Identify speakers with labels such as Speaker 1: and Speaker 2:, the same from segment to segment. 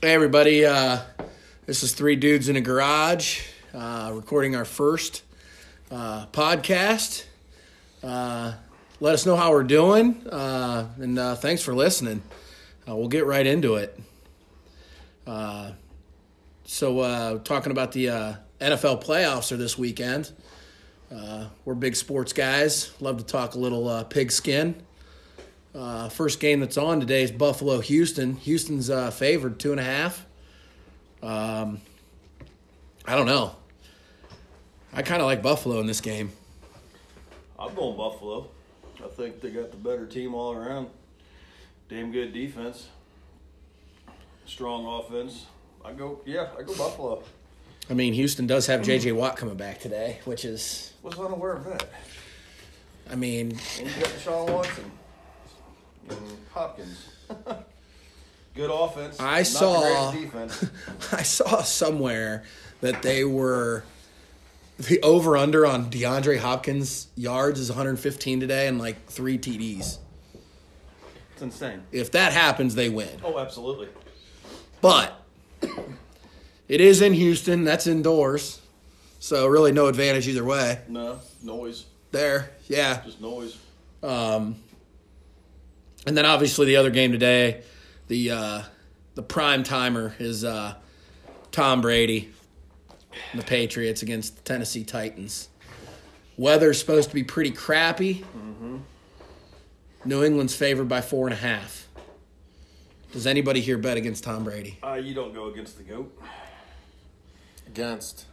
Speaker 1: Hey, everybody. Uh, this is Three Dudes in a Garage, uh, recording our first uh, podcast. Uh, let us know how we're doing, uh, and uh, thanks for listening. Uh, we'll get right into it. Uh, so, uh, talking about the uh, NFL playoffs are this weekend. Uh, we're big sports guys, love to talk a little uh, pigskin. Uh, first game that's on today is Buffalo Houston. Houston's uh, favored two and a half. Um, I don't know. I kind of like Buffalo in this game.
Speaker 2: I'm going Buffalo. I think they got the better team all around. Damn good defense. Strong offense. I go, yeah, I go Buffalo.
Speaker 1: I mean, Houston does have J.J. Watt coming back today, which is,
Speaker 2: Was unaware of that.
Speaker 1: I mean,
Speaker 2: And you got Deshaun Watson and Hopkins. good offense.
Speaker 1: I
Speaker 2: Not the
Speaker 1: saw-
Speaker 2: greatest defense.
Speaker 1: I saw somewhere that they were the over under on DeAndre Hopkins yards is 115 today and like three TDs.
Speaker 2: It's insane.
Speaker 1: If that happens, they win.
Speaker 2: Oh, absolutely.
Speaker 1: But it is in Houston. That's indoors. So really no advantage either way.
Speaker 2: No noise,
Speaker 1: There. Yeah.
Speaker 2: just noise.
Speaker 1: And then obviously the other game today, the uh the prime timer is uh Tom Brady and the Patriots against the Tennessee Titans. Weather's supposed to be pretty crappy. New England's favored by four and a half. Does anybody here bet against Tom Brady?
Speaker 2: Uh, you don't go against the goat.
Speaker 3: Against.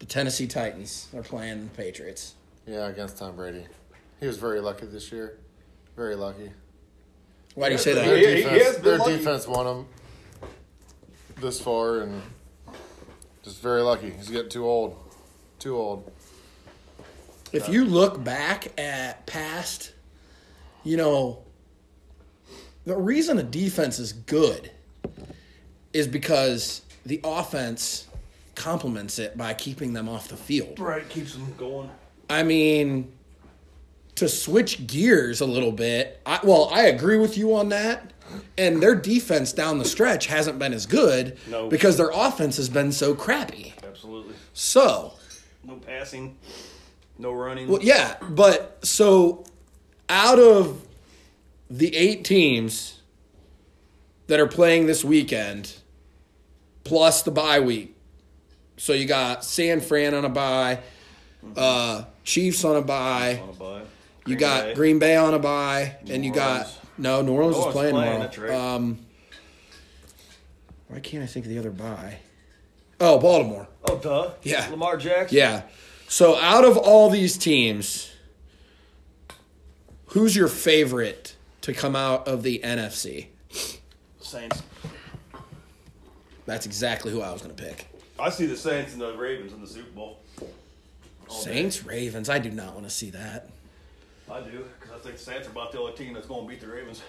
Speaker 1: The Tennessee Titans are playing the Patriots.
Speaker 3: Yeah, against Tom Brady. He was very lucky this year. Very lucky.
Speaker 1: Why do you say
Speaker 3: Their
Speaker 1: that?
Speaker 2: He- he
Speaker 3: defense,
Speaker 2: has been
Speaker 3: their
Speaker 2: lucky.
Speaker 3: defense won him this far, and just very lucky. He's getting too old. Too old.
Speaker 1: If you look back at past, you know, the reason a defense is good is because the offense complements it by keeping them off the field.
Speaker 2: Right, keeps them going.
Speaker 1: I mean, to switch gears a little bit, I, well, I agree with you on that. And their defense down the stretch hasn't been as good
Speaker 2: No.
Speaker 1: because their offense has been so crappy.
Speaker 2: Absolutely.
Speaker 1: So,
Speaker 2: No passing. No running.
Speaker 1: Well, yeah, but so out of the eight teams that are playing this weekend, plus the bye week, so you got San Fran on a bye, uh, Chiefs on a bye,
Speaker 2: On a bye.
Speaker 1: you got
Speaker 2: Bay.
Speaker 1: Green Bay on a bye, and you
Speaker 2: Orleans.
Speaker 1: got no New Orleans
Speaker 2: Oh,
Speaker 1: is
Speaker 2: it's
Speaker 1: playing,
Speaker 2: playing,
Speaker 1: tomorrow.
Speaker 2: that's right.
Speaker 1: Um, why can't I think of the other bye? Oh, Baltimore.
Speaker 2: Oh, duh.
Speaker 1: Yeah.
Speaker 2: Lamar Jackson.
Speaker 1: Yeah. So out of all these teams, who's your favorite to come out of the NFC?
Speaker 2: Saints.
Speaker 1: That's exactly who I was going to pick.
Speaker 2: I see the Saints and the Ravens in the Super Bowl. All day.
Speaker 1: Saints, Ravens. I do not want to see that.
Speaker 2: I do, because I think the Saints are about the only team that's going to beat the Ravens.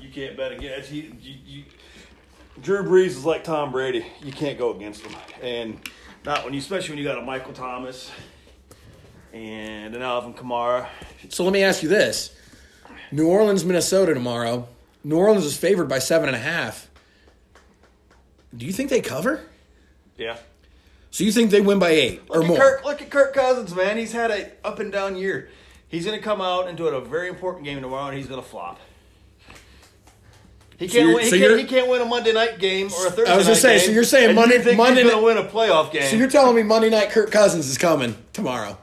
Speaker 2: You can't bet against he, you, you. Drew Brees is like Tom Brady. You can't go against him, and not when you, especially when you got a Michael Thomas and an Alvin Kamara.
Speaker 1: So let me ask you this New Orleans, Minnesota tomorrow. New Orleans is favored by seven and a half. Do you think they cover?
Speaker 2: Yeah.
Speaker 1: So you think they win by eight or
Speaker 2: Look at
Speaker 1: more?
Speaker 2: Kirk, look at Kirk Cousins, man. He's had a up and down year. He's going to come out into a very important game tomorrow, and he's going to flop. He
Speaker 1: So
Speaker 2: can't,
Speaker 1: you're-
Speaker 2: win, he,
Speaker 1: so
Speaker 2: can't,
Speaker 1: you're-
Speaker 2: he can't win a Monday night game or a Thursday
Speaker 1: I was
Speaker 2: night
Speaker 1: gonna say, so
Speaker 2: game,
Speaker 1: you're saying
Speaker 2: and
Speaker 1: Monday-
Speaker 2: you think
Speaker 1: Monday
Speaker 2: he's
Speaker 1: night-
Speaker 2: going to win a playoff game.
Speaker 1: So you're telling me Monday night Kirk Cousins is coming tomorrow?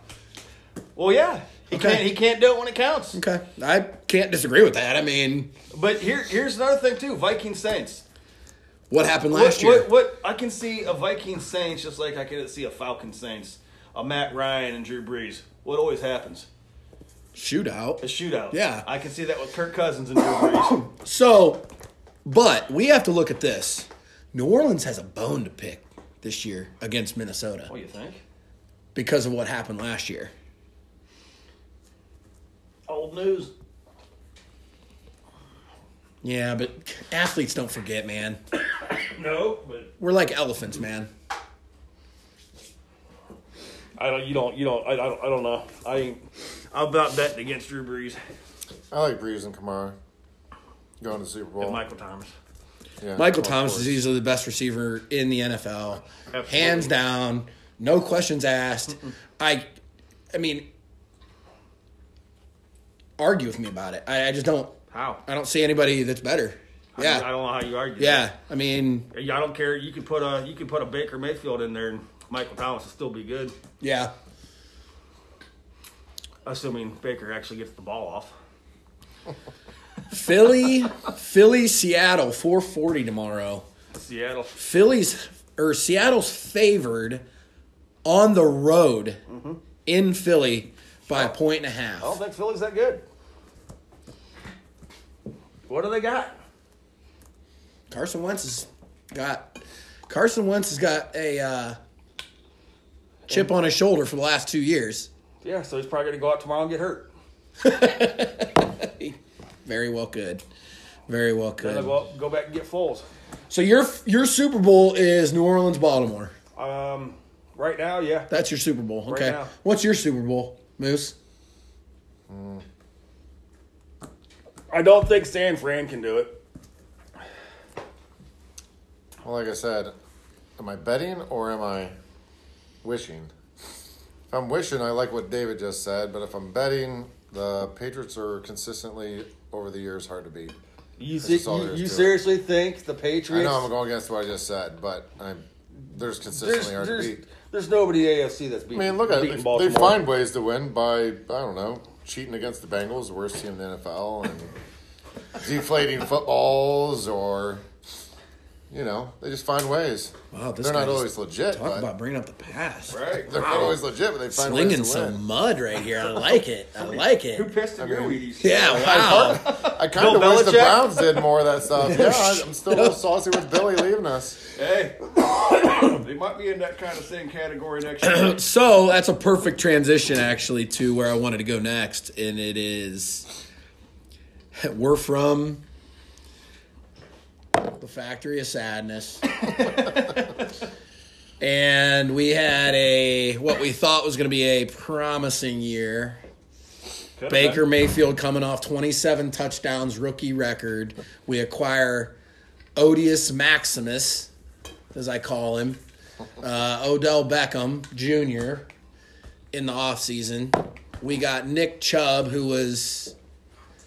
Speaker 2: well, yeah. He,
Speaker 1: Okay.
Speaker 2: can't, he can't do it when it counts.
Speaker 1: Okay. I can't disagree with that. I mean,
Speaker 2: But here, here's another thing, too Viking Saints.
Speaker 1: what happened
Speaker 2: What,
Speaker 1: last year?
Speaker 2: What, what I can see a Viking Saints just like I could see a Falcon Saints, a Matt Ryan and Drew Brees. What always happens? A
Speaker 1: shootout.
Speaker 2: shootout.
Speaker 1: Yeah.
Speaker 2: I can see that with Kirk Cousins and Drew Brees.
Speaker 1: So, but we have to look at this. New Orleans has a bone to pick this year against Minnesota
Speaker 2: What do you think?
Speaker 1: because of what happened last year.
Speaker 2: Old news.
Speaker 1: Yeah, but athletes don't forget, man.
Speaker 2: No, but
Speaker 1: We're like elephants, man.
Speaker 2: I don't. You don't. You don't. I, I don't. I don't know. I ain't. I'm about betting against Drew Brees
Speaker 3: I like Breeze and Kamara going to the Super Bowl.
Speaker 2: and Michael Thomas.
Speaker 3: Yeah,
Speaker 1: Michael
Speaker 3: of
Speaker 1: Thomas
Speaker 3: course.
Speaker 1: is easily the best receiver in the NFL,
Speaker 2: Absolutely.
Speaker 1: hands down, no questions asked. I, I mean, argue with me about it. I, I just don't.
Speaker 2: How?
Speaker 1: I don't see anybody that's better. Yeah,
Speaker 2: I don't know how you argue.
Speaker 1: yeah. I mean,
Speaker 2: that. Yeah, I don't care. You could put a you could put a Baker Mayfield in there, and Michael Thomas would still be good,
Speaker 1: yeah.
Speaker 2: assuming Baker actually gets the ball off.
Speaker 1: Philly, Philly, Seattle, four forty tomorrow.
Speaker 2: Seattle.
Speaker 1: Philly's or Seattle's favored on the road in Philly by a point and a half.
Speaker 2: I don't think Philly's Mm-hmm. Oh. that good. What do they got?
Speaker 1: Carson Wentz has got Carson Wentz has got a uh,
Speaker 2: Mm.
Speaker 1: chip on his shoulder for the last two years.
Speaker 2: Yeah, so he's probably gonna go out tomorrow and get hurt.
Speaker 1: Very well, good. Very well,
Speaker 2: Then they'll
Speaker 1: good.
Speaker 2: go, go back and get Foles.
Speaker 1: So your your Super Bowl is New Orleans, Baltimore.
Speaker 2: Um, right now, yeah,
Speaker 1: That's your Super Bowl. Okay.
Speaker 2: now.
Speaker 1: What's your Super Bowl, Moose?
Speaker 2: I don't think San Fran can do it.
Speaker 3: Well, like I said, am I betting or am I wishing? If I'm wishing, I like what David just said, but if I'm betting, the Patriots are consistently over the years hard to beat.
Speaker 2: You,
Speaker 3: That's all there is to it.
Speaker 2: think the
Speaker 3: I
Speaker 2: Patriots?
Speaker 3: know I'm going against what I just said, but I'm
Speaker 2: there's,
Speaker 3: there's consistently hard to
Speaker 2: there's,
Speaker 3: beat.
Speaker 2: there's nobody AFC that's
Speaker 3: I
Speaker 2: beating.
Speaker 3: mean, look at
Speaker 2: beating
Speaker 3: it. They
Speaker 2: Baltimore.
Speaker 3: find ways to win by I don't know cheating against the Bengals, the worst team in the NFL, and deflating footballs, or you know they just find ways.
Speaker 1: Wow, this
Speaker 3: they're
Speaker 1: guy
Speaker 3: not
Speaker 1: just-
Speaker 3: always legit.
Speaker 1: Talk
Speaker 3: but
Speaker 1: about bringing up the past.
Speaker 2: Right.
Speaker 3: They're not always legit, but they find
Speaker 1: Slinging
Speaker 3: ways to win.
Speaker 1: some mud right here. I like it. I like
Speaker 2: Who
Speaker 1: it.
Speaker 2: pissed in your Wheaties?
Speaker 1: Yeah, wow.
Speaker 3: I kind of
Speaker 2: Bill
Speaker 3: wish the
Speaker 2: Belichick?
Speaker 3: Browns did more of that stuff. Yeah, I- I'm still a little saucy with Billy leaving us.
Speaker 2: Hey, they might be in that kind of same category next year.
Speaker 1: So that's a perfect transition, actually, to where I wanted to go next. And it is we're from the factory of sadness. and we had a what we thought was going to be a promising year.
Speaker 2: Could've
Speaker 1: Baker
Speaker 2: been.
Speaker 1: Mayfield coming off 27 touchdowns, rookie record. We acquire Odious Maximus, as I call him, uh, Odell Beckham Jr. in the offseason. We got Nick Chubb, who was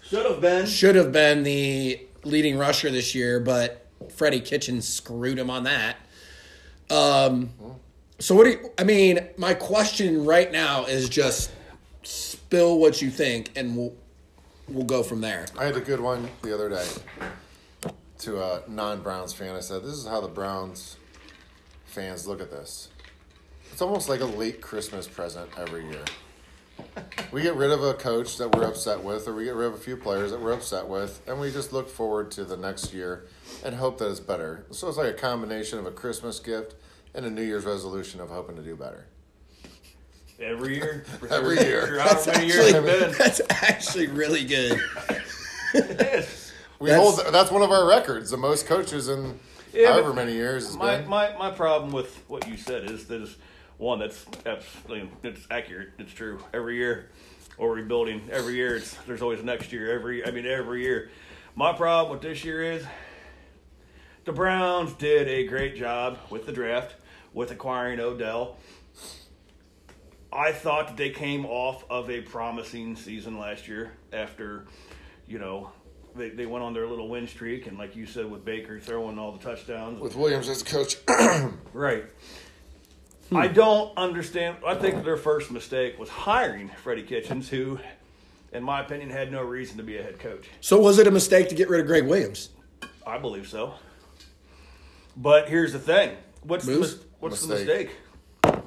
Speaker 2: should have been.
Speaker 1: should have been the leading rusher this year, but Freddie Kitchen screwed him on that. Um, so what do you, I mean? My question right now is just spill what you think, and we'll we'll go from there.
Speaker 3: I had a good one the other day to a non-Browns fan. I said, "This is how the Browns fans look at this. It's almost like a late Christmas present every year. We get rid of a coach that we're upset with, or we get rid of a few players that we're upset with, and we just look forward to the next year and hope that it's better. So it's like a combination of a Christmas gift and a New Year's resolution of hoping to do better."
Speaker 2: Every year.
Speaker 3: Every year.
Speaker 2: For however many years it's been.
Speaker 1: that's actually really good.
Speaker 2: Yes.
Speaker 3: We
Speaker 1: That's-
Speaker 3: hold that's one of our records. The most coaches in
Speaker 2: Yeah, but
Speaker 3: however many years has
Speaker 2: My,
Speaker 3: been.
Speaker 2: my, my problem with what you said is that is one that's absolutely it's accurate. It's true. Every year, or rebuilding. Every year, it's there's always next year. Every I mean every year. My problem with this year is the Browns did a great job with the draft with acquiring Odell. I thought that they came off of a promising season last year after, you know, they, they went on their little win streak and like you said with Baker throwing all the touchdowns
Speaker 3: with Williams as coach.
Speaker 2: Right.
Speaker 3: Hmm.
Speaker 2: I don't understand. I think their first mistake was hiring Freddie Kitchens, who, in my opinion, had no reason to be a head coach.
Speaker 1: So was it a mistake to get rid of Greg Williams?
Speaker 2: I believe so. But here's the thing: what's the
Speaker 1: Moose?
Speaker 2: mis- what's the
Speaker 3: Mistake.
Speaker 2: mistake?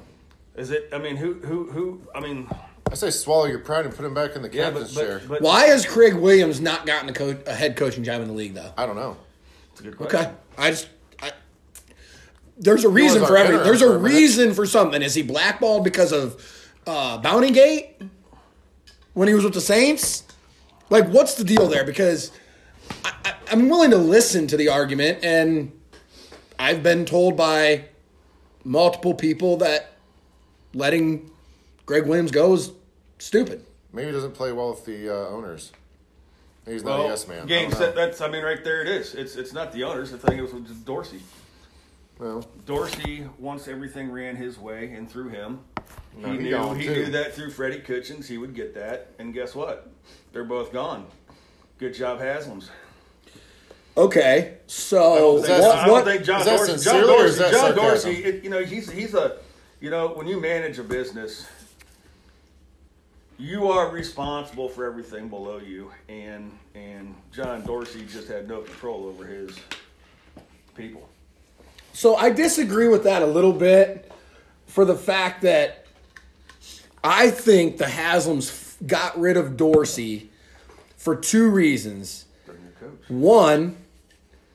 Speaker 2: Is it? I mean, who who who? I mean,
Speaker 3: I say swallow your pride and put him back in the
Speaker 2: yeah,
Speaker 3: captain's
Speaker 2: but but,
Speaker 3: chair.
Speaker 2: but
Speaker 1: Why has Craig Williams not gotten a, co- a head coaching job in the league though?
Speaker 3: I don't know.
Speaker 2: That's a good
Speaker 1: Okay,
Speaker 2: question.
Speaker 1: I just I, there's a reason
Speaker 3: was
Speaker 1: for
Speaker 3: our
Speaker 1: everything.
Speaker 3: veteran
Speaker 1: There's
Speaker 3: for
Speaker 1: a
Speaker 3: a minute.
Speaker 1: reason for something. Is he blackballed because of uh, Bounty Gate when he was with the Saints? Like, what's the deal there? Because I, I, I'm willing to listen to the argument, and I've been told by multiple people that letting Greg Williams go is stupid.
Speaker 3: Maybe he doesn't play well with the uh, owners. He's not
Speaker 2: Well,
Speaker 3: a yes man. I
Speaker 2: Game
Speaker 3: don't
Speaker 2: set.
Speaker 3: know.
Speaker 2: That's I mean, right there it is. It's it's not the owners. I think it was just Dorsey.
Speaker 3: Well,
Speaker 2: Dorsey once everything ran his way and through him.
Speaker 3: No,
Speaker 2: he
Speaker 3: he
Speaker 2: knew
Speaker 3: gone,
Speaker 2: he
Speaker 3: too.
Speaker 2: knew that through Freddie Kitchens he would get that, and guess what? They're both gone. Good job, Haslam's.
Speaker 1: Okay, so
Speaker 3: I don't think-
Speaker 2: Well,
Speaker 3: What-
Speaker 2: I don't think John
Speaker 3: is that
Speaker 2: Dorsey. John
Speaker 3: sincerely or is
Speaker 2: Dorsey.
Speaker 3: that
Speaker 2: John
Speaker 3: sarcasm?
Speaker 2: Dorsey. It, you know, he's he's a. You know, when you manage a business, you are responsible for everything below you, and and John Dorsey just had no control over his people.
Speaker 1: So I disagree with that a little bit for the fact that I think the Haslam's f- got rid of Dorsey for two reasons.
Speaker 2: They're new coach.
Speaker 1: One,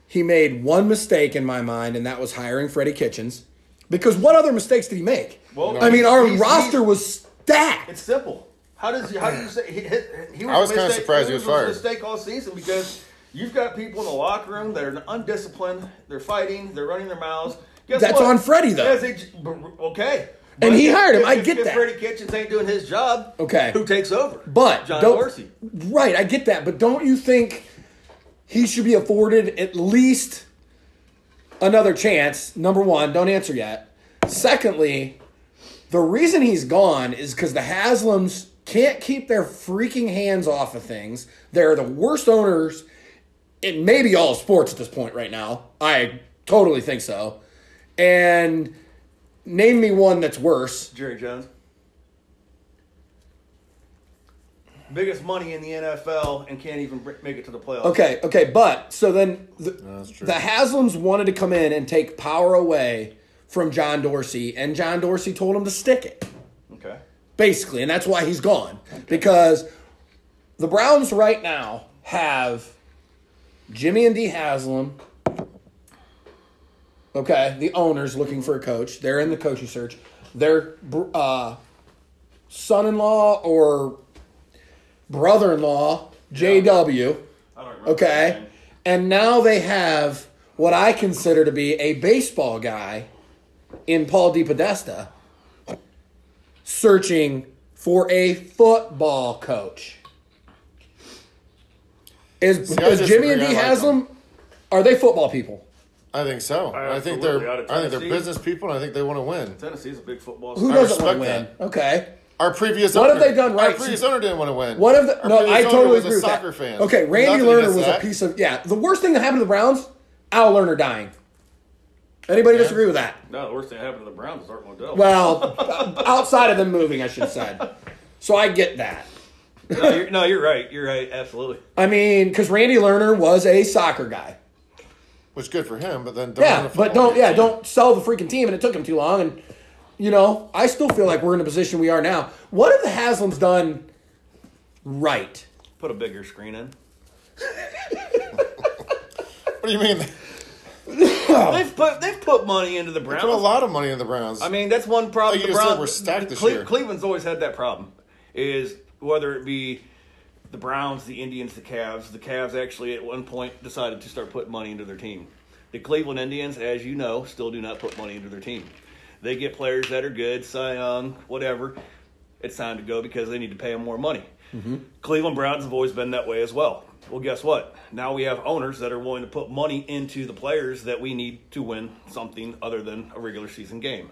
Speaker 1: he made one mistake in my mind, and that was hiring Freddie Kitchens. Because what other mistakes did he make?
Speaker 2: Well,
Speaker 1: I mean, our
Speaker 2: he's-
Speaker 1: roster
Speaker 2: he's-
Speaker 1: was stacked.
Speaker 2: It's simple. How does he, how do you say he, he- he was?
Speaker 3: I was
Speaker 2: a
Speaker 3: kinda
Speaker 2: mistake-
Speaker 3: surprised he was fired.
Speaker 2: A mistake all season because you've got people in the locker room that are undisciplined. They're fighting. They're running their mouths. Guess
Speaker 1: That's
Speaker 2: what?
Speaker 1: on Freddie, though.
Speaker 2: Yes, they j- but- okay.
Speaker 1: And
Speaker 2: But
Speaker 1: he hired him.
Speaker 2: if-
Speaker 1: I
Speaker 2: if-
Speaker 1: get
Speaker 2: if
Speaker 1: that.
Speaker 2: Freddie Kitchens ain't doing his job.
Speaker 1: Okay.
Speaker 2: Who takes over?
Speaker 1: But
Speaker 2: John
Speaker 1: don't-
Speaker 2: Dorsey.
Speaker 1: Right, I get that, but don't you think he should be afforded at least another chance? Number one, don't answer yet. Secondly, the reason he's gone is because the Haslams can't keep their freaking hands off of things. They're the worst owners in maybe all of sports at this point right now. I totally think so. And name me one that's worse.
Speaker 2: Jerry Jones. Biggest money in the NFL and can't even br- make it to the playoffs.
Speaker 1: Okay, okay, but so then the,
Speaker 3: that's true.
Speaker 1: the Haslams wanted to come in and take power away from John Dorsey, and John Dorsey told him to stick it,
Speaker 2: Okay.
Speaker 1: basically, and that's why he's gone. Because the Browns right now have Jimmy and D Haslam. Okay, the owners looking for a coach. They're in the coaching search. Their br- uh, son-in-law or brother-in-law, JW.
Speaker 2: I don't remember his
Speaker 1: Okay.
Speaker 2: name.
Speaker 1: And now they have what I consider to be a baseball guy in Paul DePodesta searching for a football coach. Is,
Speaker 3: I
Speaker 1: is
Speaker 3: disagree.
Speaker 1: Jimmy and
Speaker 3: I
Speaker 1: D
Speaker 3: like
Speaker 1: Haslam are they football people?
Speaker 3: I think so. I, think
Speaker 2: absolutely
Speaker 3: they're
Speaker 2: oughta
Speaker 3: I think they're
Speaker 2: Tennessee.
Speaker 3: business people. and I think they want to win.
Speaker 2: Tennessee's a big football.
Speaker 1: Who
Speaker 2: state.
Speaker 1: doesn't want to
Speaker 3: respect
Speaker 1: win?
Speaker 3: that.
Speaker 1: Okay.
Speaker 3: Our previous
Speaker 1: What have
Speaker 3: owner,
Speaker 1: they done
Speaker 3: Our
Speaker 1: right?
Speaker 3: previous owner didn't want to win.
Speaker 1: What if the,
Speaker 3: Our
Speaker 1: no?
Speaker 3: previous
Speaker 1: I
Speaker 3: owner
Speaker 1: totally
Speaker 3: was
Speaker 1: agree
Speaker 3: a
Speaker 1: with
Speaker 3: soccer
Speaker 1: that.
Speaker 3: fan.
Speaker 1: Okay, Randy
Speaker 3: Nothing
Speaker 1: Lerner
Speaker 3: against
Speaker 1: was
Speaker 3: that.
Speaker 1: a piece of yeah. The worst thing that happened to the Browns, Al Lerner dying. Anybody disagree with that?
Speaker 2: No, the worst thing that happened to the Browns is Art Modell.
Speaker 1: Well, outside of them moving, I should have said. So I get that.
Speaker 2: no, you're, no, you're right. You're right. Absolutely.
Speaker 1: I mean, because Randy Lerner was a soccer guy.
Speaker 3: Which good for him, but then don't win
Speaker 1: Yeah,
Speaker 3: a
Speaker 1: but
Speaker 3: football
Speaker 1: don't yeah
Speaker 3: game.
Speaker 1: don't sell the freaking team, and it took him too long. And you know, I still feel like we're in the position we are now. What have the Haslam's done right?
Speaker 2: Put a bigger screen in.
Speaker 3: What do you mean?
Speaker 2: They've put they've put money into the Browns.
Speaker 3: Oh. Put a lot of money in the Browns.
Speaker 2: I mean, that's one problem.
Speaker 3: Like
Speaker 2: the
Speaker 3: Oh, you said,
Speaker 2: Browns
Speaker 3: we're stacked this
Speaker 2: Cle-
Speaker 3: year.
Speaker 2: Cleveland's always had that problem. Is whether it be the Browns, the Indians, the Cavs. The Cavs actually at one point decided to start putting money into their team. The Cleveland Indians, as you know, still do not put money into their team. They get players that are good, Cy Young, whatever. It's time to go because they need to pay them more money.
Speaker 3: Mm-hmm.
Speaker 2: Cleveland Browns have always been that way as well. Well, guess what? Now we have owners that are willing to put money into the players that we need to win something other than a regular season game.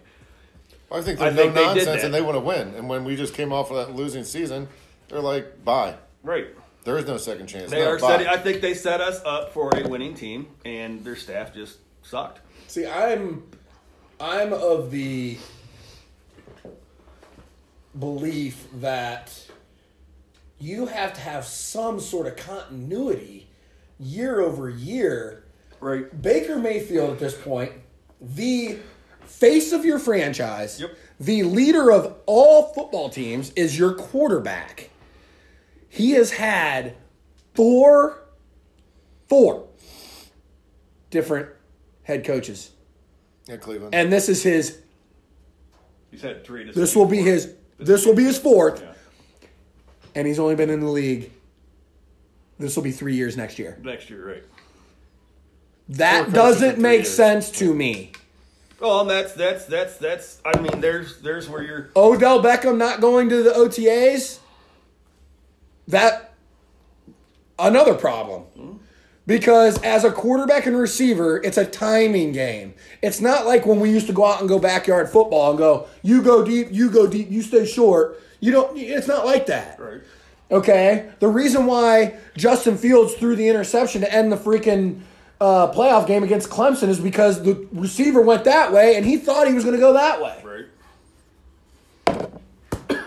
Speaker 3: I think they're
Speaker 2: I think
Speaker 3: no
Speaker 2: they did
Speaker 3: nonsense
Speaker 2: that.
Speaker 3: and they want to win. And when we just came off of that losing season, they're like, bye.
Speaker 2: Right.
Speaker 3: There is no second chance.
Speaker 2: They
Speaker 3: No,
Speaker 2: are
Speaker 3: bye.
Speaker 2: setting, I think they set us up for a winning team, and their staff just sucked.
Speaker 1: See, I'm I'm of the belief that you have to have some sort of continuity year over year.
Speaker 2: Right.
Speaker 1: Baker Mayfield at this point, the face of your franchise,
Speaker 2: Yep.
Speaker 1: the leader of all football teams is your quarterback. He has had four four different head coaches.
Speaker 3: yeah, Cleveland.
Speaker 1: And this is his
Speaker 2: He's had three. To
Speaker 1: this will be his this will be his fourth. And he's only been in the league this will be 3 years next year.
Speaker 2: next year, right?
Speaker 1: That
Speaker 3: coaches in
Speaker 1: doesn't
Speaker 3: three
Speaker 1: make
Speaker 3: years.
Speaker 1: sense to me.
Speaker 2: Well, and that's that's that's that's. I mean, there's there's where you're.
Speaker 1: Odell Beckham not going to the OTAs. That another problem. Because as a quarterback and receiver, it's a timing game. It's not like when we used to go out and go backyard football and go, you go deep, you go deep, you stay short. You don't it's not like that.
Speaker 2: Right.
Speaker 1: Okay? The reason why Justin Fields threw the interception to end the freaking uh, playoff game against Clemson is because the receiver went that way and he thought he was going to go that way.
Speaker 2: Right.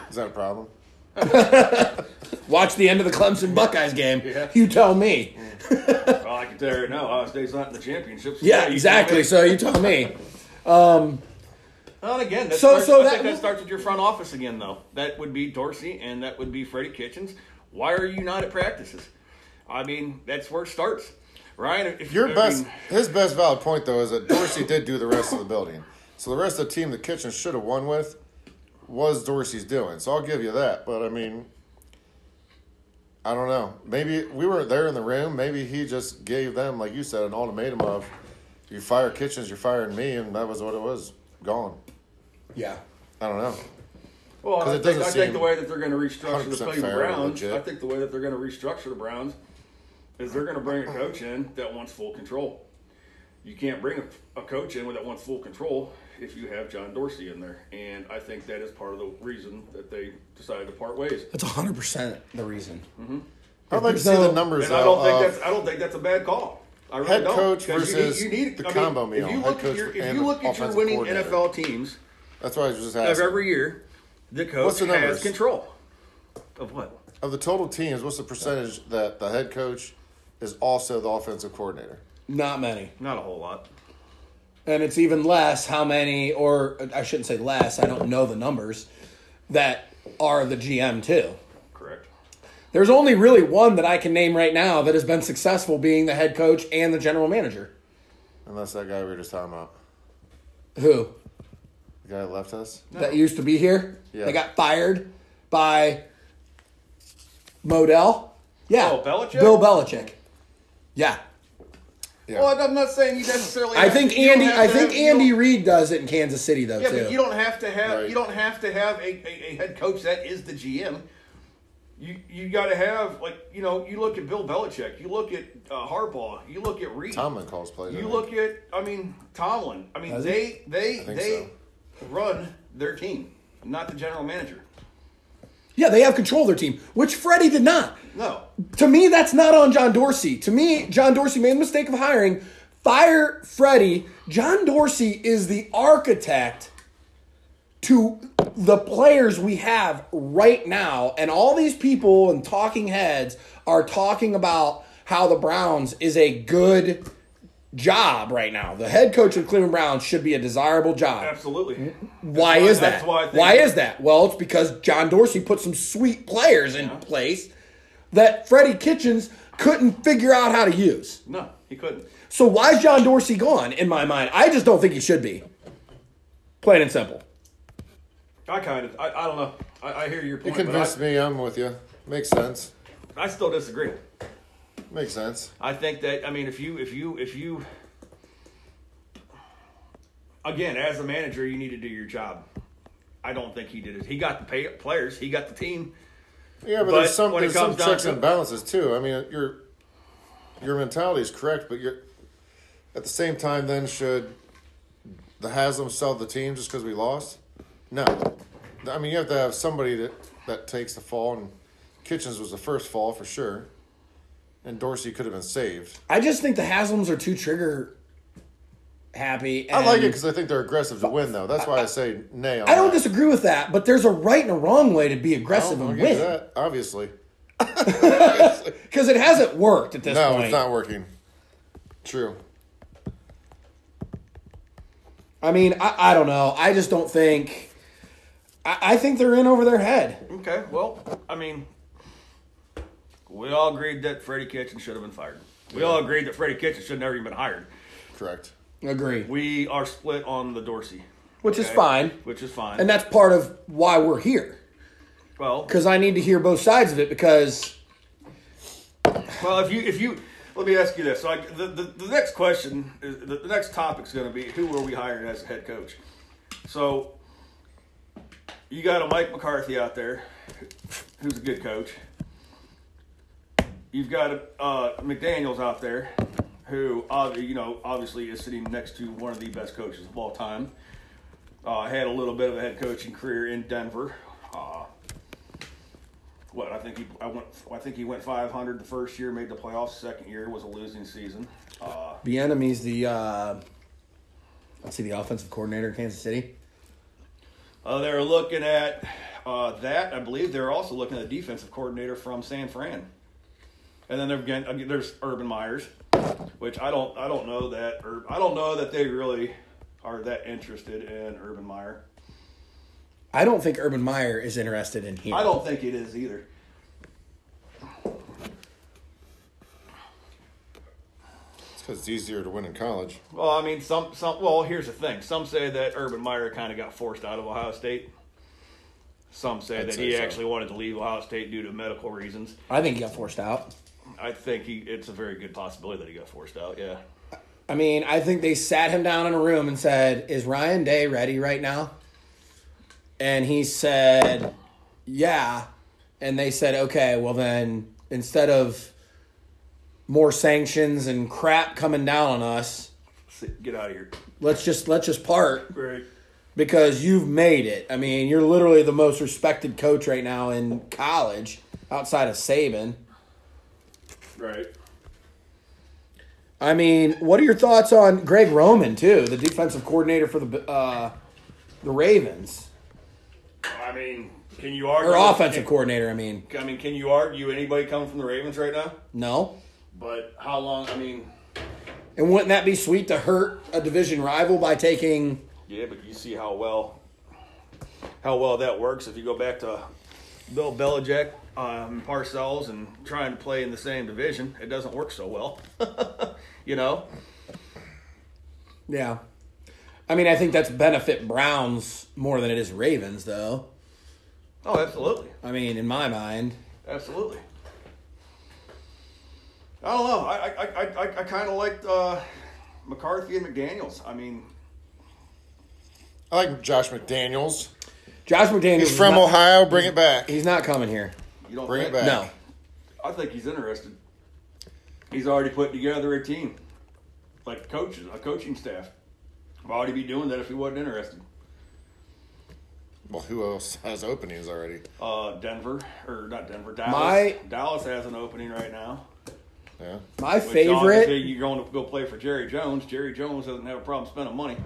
Speaker 3: Is that a problem?
Speaker 1: Watch the end of the Clemson Buckeyes game.
Speaker 2: Yeah.
Speaker 1: You tell me.
Speaker 2: Well, I can tell you right now, Ohio State's not in the championships.
Speaker 1: Yeah, exactly. So you tell me.
Speaker 2: Well, and again, that
Speaker 1: So-
Speaker 2: starts,
Speaker 1: so
Speaker 2: I
Speaker 1: that-
Speaker 2: think that starts with your front office again, though. That would be Dorsey and that would be Freddie Kitchens. Why are you not at practices? I mean, that's where it starts. Ryan, if
Speaker 3: Your
Speaker 2: I
Speaker 3: best,
Speaker 2: mean,
Speaker 3: his best valid point though is that Dorsey did do the rest of the building. So the rest of the team the kitchen should have won with was Dorsey's doing. So I'll give you that. But I mean, I don't know. Maybe we weren't there in the room. Maybe he just gave them, like you said, an ultimatum of, "You fire Kitchens, you're firing me," and that was what it was. Gone.
Speaker 1: Yeah.
Speaker 3: I don't know.
Speaker 2: well, I,
Speaker 3: 'cause it
Speaker 2: think,
Speaker 3: doesn't
Speaker 2: I think the
Speaker 3: seem
Speaker 2: way that they're going to restructure the
Speaker 3: 100%
Speaker 2: Cleveland
Speaker 3: fair or
Speaker 2: Browns,
Speaker 3: legit.
Speaker 2: I think the way that they're going to restructure the Browns is they're going to bring a coach in that wants full control. You can't bring a, a coach in that wants full control if you have John Dorsey in there, and I think that is part of the reason that they decided to part ways.
Speaker 1: That's 100% the reason.
Speaker 3: I'd like to see
Speaker 1: there's no-
Speaker 3: the numbers.
Speaker 2: And I don't
Speaker 3: out
Speaker 2: think
Speaker 3: of-
Speaker 2: that's I don't think that's a bad call. I really
Speaker 3: Head
Speaker 2: don't.
Speaker 3: coach
Speaker 2: 'Cause you need-
Speaker 3: versus
Speaker 2: you need-
Speaker 3: the
Speaker 2: I mean,
Speaker 3: combo meal,
Speaker 2: If you
Speaker 3: head
Speaker 2: look at
Speaker 3: coach
Speaker 2: your, if
Speaker 3: and
Speaker 2: you
Speaker 3: the
Speaker 2: look at your
Speaker 3: offensive
Speaker 2: winning
Speaker 3: coordinator.
Speaker 2: NFL teams
Speaker 3: That's why I was just
Speaker 2: of
Speaker 3: asking.
Speaker 2: every year, the coach
Speaker 3: What's the
Speaker 2: has
Speaker 3: numbers?
Speaker 2: control of what.
Speaker 3: Of the total teams, what's the percentage that the head coach is also the offensive coordinator?
Speaker 1: Not many.
Speaker 2: Not a whole lot.
Speaker 1: And it's even less how many, or I shouldn't say less, I don't know the numbers, that are the GM too.
Speaker 2: Correct.
Speaker 1: There's only really one that I can name right now that has been successful being the head coach and the general manager.
Speaker 3: Unless that guy we were just talking about,
Speaker 1: Who?
Speaker 3: the guy that left us.
Speaker 1: That used to be here?
Speaker 3: Yeah.
Speaker 1: They got fired by Modell? Yeah.
Speaker 2: Oh, Belichick?
Speaker 1: Bill Belichick. Yeah.
Speaker 3: Yeah.
Speaker 2: Well, I'm not saying you necessarily.
Speaker 1: I
Speaker 2: have
Speaker 1: think
Speaker 2: to- you don't
Speaker 1: Andy.
Speaker 2: have
Speaker 1: I
Speaker 2: to
Speaker 1: think
Speaker 2: have- you don't-
Speaker 1: Andy Reid does it in Kansas City though
Speaker 2: Yeah,
Speaker 1: too.
Speaker 2: but you don't have to have
Speaker 3: Right.
Speaker 2: you don't have to have a, a, a head coach that is the GM. You you got to have like you know you look at Bill Belichick, you look at uh, Harbaugh, you look at Reed.
Speaker 3: Tomlin calls plays. I
Speaker 2: You
Speaker 3: think.
Speaker 2: look at, I mean, Tomlin. I mean,
Speaker 1: Does
Speaker 2: they
Speaker 1: he?
Speaker 2: they
Speaker 3: think
Speaker 2: they run their team, not the general manager.
Speaker 1: Yeah, they have control of their team, which Freddie did not.
Speaker 2: No,
Speaker 1: To me, that's not on John Dorsey. To me, John Dorsey made the mistake of hiring. Fire Freddie. John Dorsey is the architect to the players we have right now. And all these people and talking heads are talking about how the Browns is a good job right now. The head coach of Cleveland Browns should be a desirable job.
Speaker 2: absolutely.
Speaker 1: Why
Speaker 2: That's
Speaker 1: is
Speaker 2: why-
Speaker 1: that?
Speaker 2: that's why I think-
Speaker 1: is that? Well, it's because John Dorsey put some sweet players in place that Freddie Kitchens couldn't figure out how to use.
Speaker 2: No, he couldn't.
Speaker 1: So why is John Dorsey gone? In my mind, I just don't think he should be. Plain and simple.
Speaker 2: I kind of, I, I don't know. I, I hear your
Speaker 3: You
Speaker 2: point, but
Speaker 3: convinced
Speaker 2: I,
Speaker 3: me. I'm with you. Makes sense.
Speaker 2: I still disagree.
Speaker 3: Makes sense.
Speaker 2: I think that, I mean, if you, if you, if you, again, as a manager, you need to do your job. I don't think he did it. He got the pay, players, he got the team.
Speaker 3: Yeah, but,
Speaker 2: But
Speaker 3: there's some
Speaker 2: when it
Speaker 3: there's some
Speaker 2: comes down
Speaker 3: checks
Speaker 2: to-
Speaker 3: and balances too. I mean, your your mentality is correct, but you're at the same time. Then should the Haslam sell the team just because we lost? No. I mean, you have to have somebody that that takes the fall, and Kitchens was the first fall for sure, and Dorsey could have been saved.
Speaker 1: I just think the Haslams are too trigger happy.
Speaker 3: I like it
Speaker 1: and
Speaker 3: because I think they're aggressive to win, though. That's why I say nay. On
Speaker 1: I don't
Speaker 3: that.
Speaker 1: disagree with that, but there's a right and a wrong way to be
Speaker 3: Oh, I
Speaker 1: aggressive
Speaker 3: don't
Speaker 1: and
Speaker 3: agree with
Speaker 1: win
Speaker 3: that, obviously.
Speaker 1: because it hasn't worked at this
Speaker 3: No,
Speaker 1: point.
Speaker 3: it's not working. True.
Speaker 1: I mean, I, I don't know. I just don't think. I, I think they're in over their head.
Speaker 2: Okay, well, I mean, we all agreed that Freddie Kitchens should have been fired. We all agreed that Freddie Kitchens should never even been hired.
Speaker 3: Correct.
Speaker 1: Agree.
Speaker 2: We are split on the Dorsey,
Speaker 1: Which is
Speaker 2: okay?
Speaker 1: fine.
Speaker 2: Which is fine.
Speaker 1: And that's part of why we're here.
Speaker 2: well,
Speaker 1: Because I need to hear both sides of it because
Speaker 2: well, if you if you let me ask you this. So I, the, the the next question, is, the, the next topic is going to be who are we hiring as a head coach? So you got a Mike McCarthy out there, who's a good coach. You've got uh, McDaniel's out there, who ob- you know obviously is sitting next to one of the best coaches of all time. Uh, had a little bit of a head coaching career in Denver. Uh, what I think he I went I think he went 500 the first year, made the playoffs. Second year was a losing season. Uh,
Speaker 1: The enemy's the uh, let's see, the offensive coordinator in Kansas City.
Speaker 2: Uh, they're looking at uh, that. I believe they're also looking at the defensive coordinator from San Fran. And then they're again, again, there's Urban Myers, which I don't I don't know that or I don't know that they really are that interested in Urban Meyer.
Speaker 1: I don't think Urban Meyer is interested in here.
Speaker 2: I don't think it is either.
Speaker 3: It's because it's easier to win in college.
Speaker 2: Well, I mean some some well, here's the thing. Some say that Urban Meyer kind of got forced out of Ohio State. Some say
Speaker 3: I'd
Speaker 2: that
Speaker 3: say
Speaker 2: he
Speaker 3: so.
Speaker 2: actually wanted to leave Ohio State due to medical reasons.
Speaker 1: I think he got forced out.
Speaker 2: I think he it's a very good possibility that he got forced out. Yeah.
Speaker 1: I mean, I think they sat him down in a room and said, "Is Ryan Day ready right now?" And he said, "Yeah." And they said, "Okay, well then, instead of more sanctions and crap coming down on us,
Speaker 2: Sit- Get out of here.
Speaker 1: let's just let's just part."
Speaker 2: Great.
Speaker 1: because you've made it. I mean, you're literally the most respected coach right now in college outside of Saban.
Speaker 2: Right.
Speaker 1: I mean, what are your thoughts on Greg Roman too, the defensive coordinator for the uh, the Ravens
Speaker 2: I mean, can you argue?
Speaker 1: or offensive coordinator? I mean,
Speaker 2: I mean, can you argue anybody coming from the Ravens right now?
Speaker 1: no.
Speaker 2: But how long? I mean,
Speaker 1: And wouldn't that be sweet to hurt a division rival by taking?
Speaker 2: yeah, but you see how well how well that works if you go back to Bill Belichick, um, Parcells, and trying to play in the same division. It doesn't work so well, you know.
Speaker 1: Yeah, I mean, I think that's benefit Browns more than it is Ravens, though.
Speaker 2: Oh, absolutely,
Speaker 1: I mean, in my mind,
Speaker 2: absolutely. I don't know. I I I I, I kind of liked uh, McCarthy and McDaniel's. I mean,
Speaker 3: I like Josh McDaniels.
Speaker 1: Josh McDaniels.
Speaker 3: He's
Speaker 1: is
Speaker 3: from
Speaker 1: not-
Speaker 3: Ohio. Bring it back.
Speaker 1: He's not coming here.
Speaker 2: you don't
Speaker 3: Bring it
Speaker 2: think-
Speaker 3: back.
Speaker 1: No.
Speaker 2: I think he's interested. He's already putting together a team, like coaches, a coaching staff. Why would he be doing that if he wasn't interested?
Speaker 3: Well, who else has openings already?
Speaker 2: Uh, Denver or not Denver? Dallas.
Speaker 1: My-
Speaker 2: Dallas has an opening right now.
Speaker 3: Yeah.
Speaker 1: My
Speaker 2: which
Speaker 1: favorite.
Speaker 2: obviously You're going to go play for Jerry Jones. Jerry Jones doesn't have a problem spending money.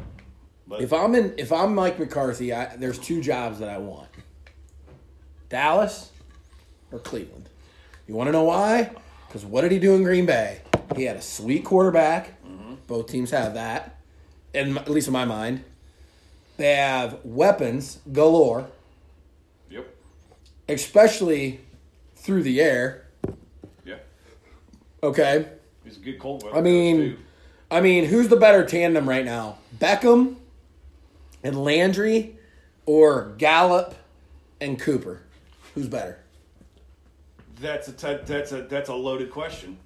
Speaker 2: But
Speaker 1: If I'm in, if I'm Mike McCarthy, I, there's two jobs that I want: Dallas or Cleveland. You want to know why? Because what did he do in Green Bay? He had a sweet quarterback. Both teams have that, and at least in my mind, they have weapons galore,
Speaker 2: yep,
Speaker 1: especially through the air.
Speaker 2: yeah,
Speaker 1: Okay,
Speaker 2: he's a good cold weather.
Speaker 1: I mean,
Speaker 2: coach, too.
Speaker 1: I mean, who's the better tandem right now? Beckham and Landry, or Gallup and Cooper? Who's better?
Speaker 2: that's a t- that's a that's a loaded question.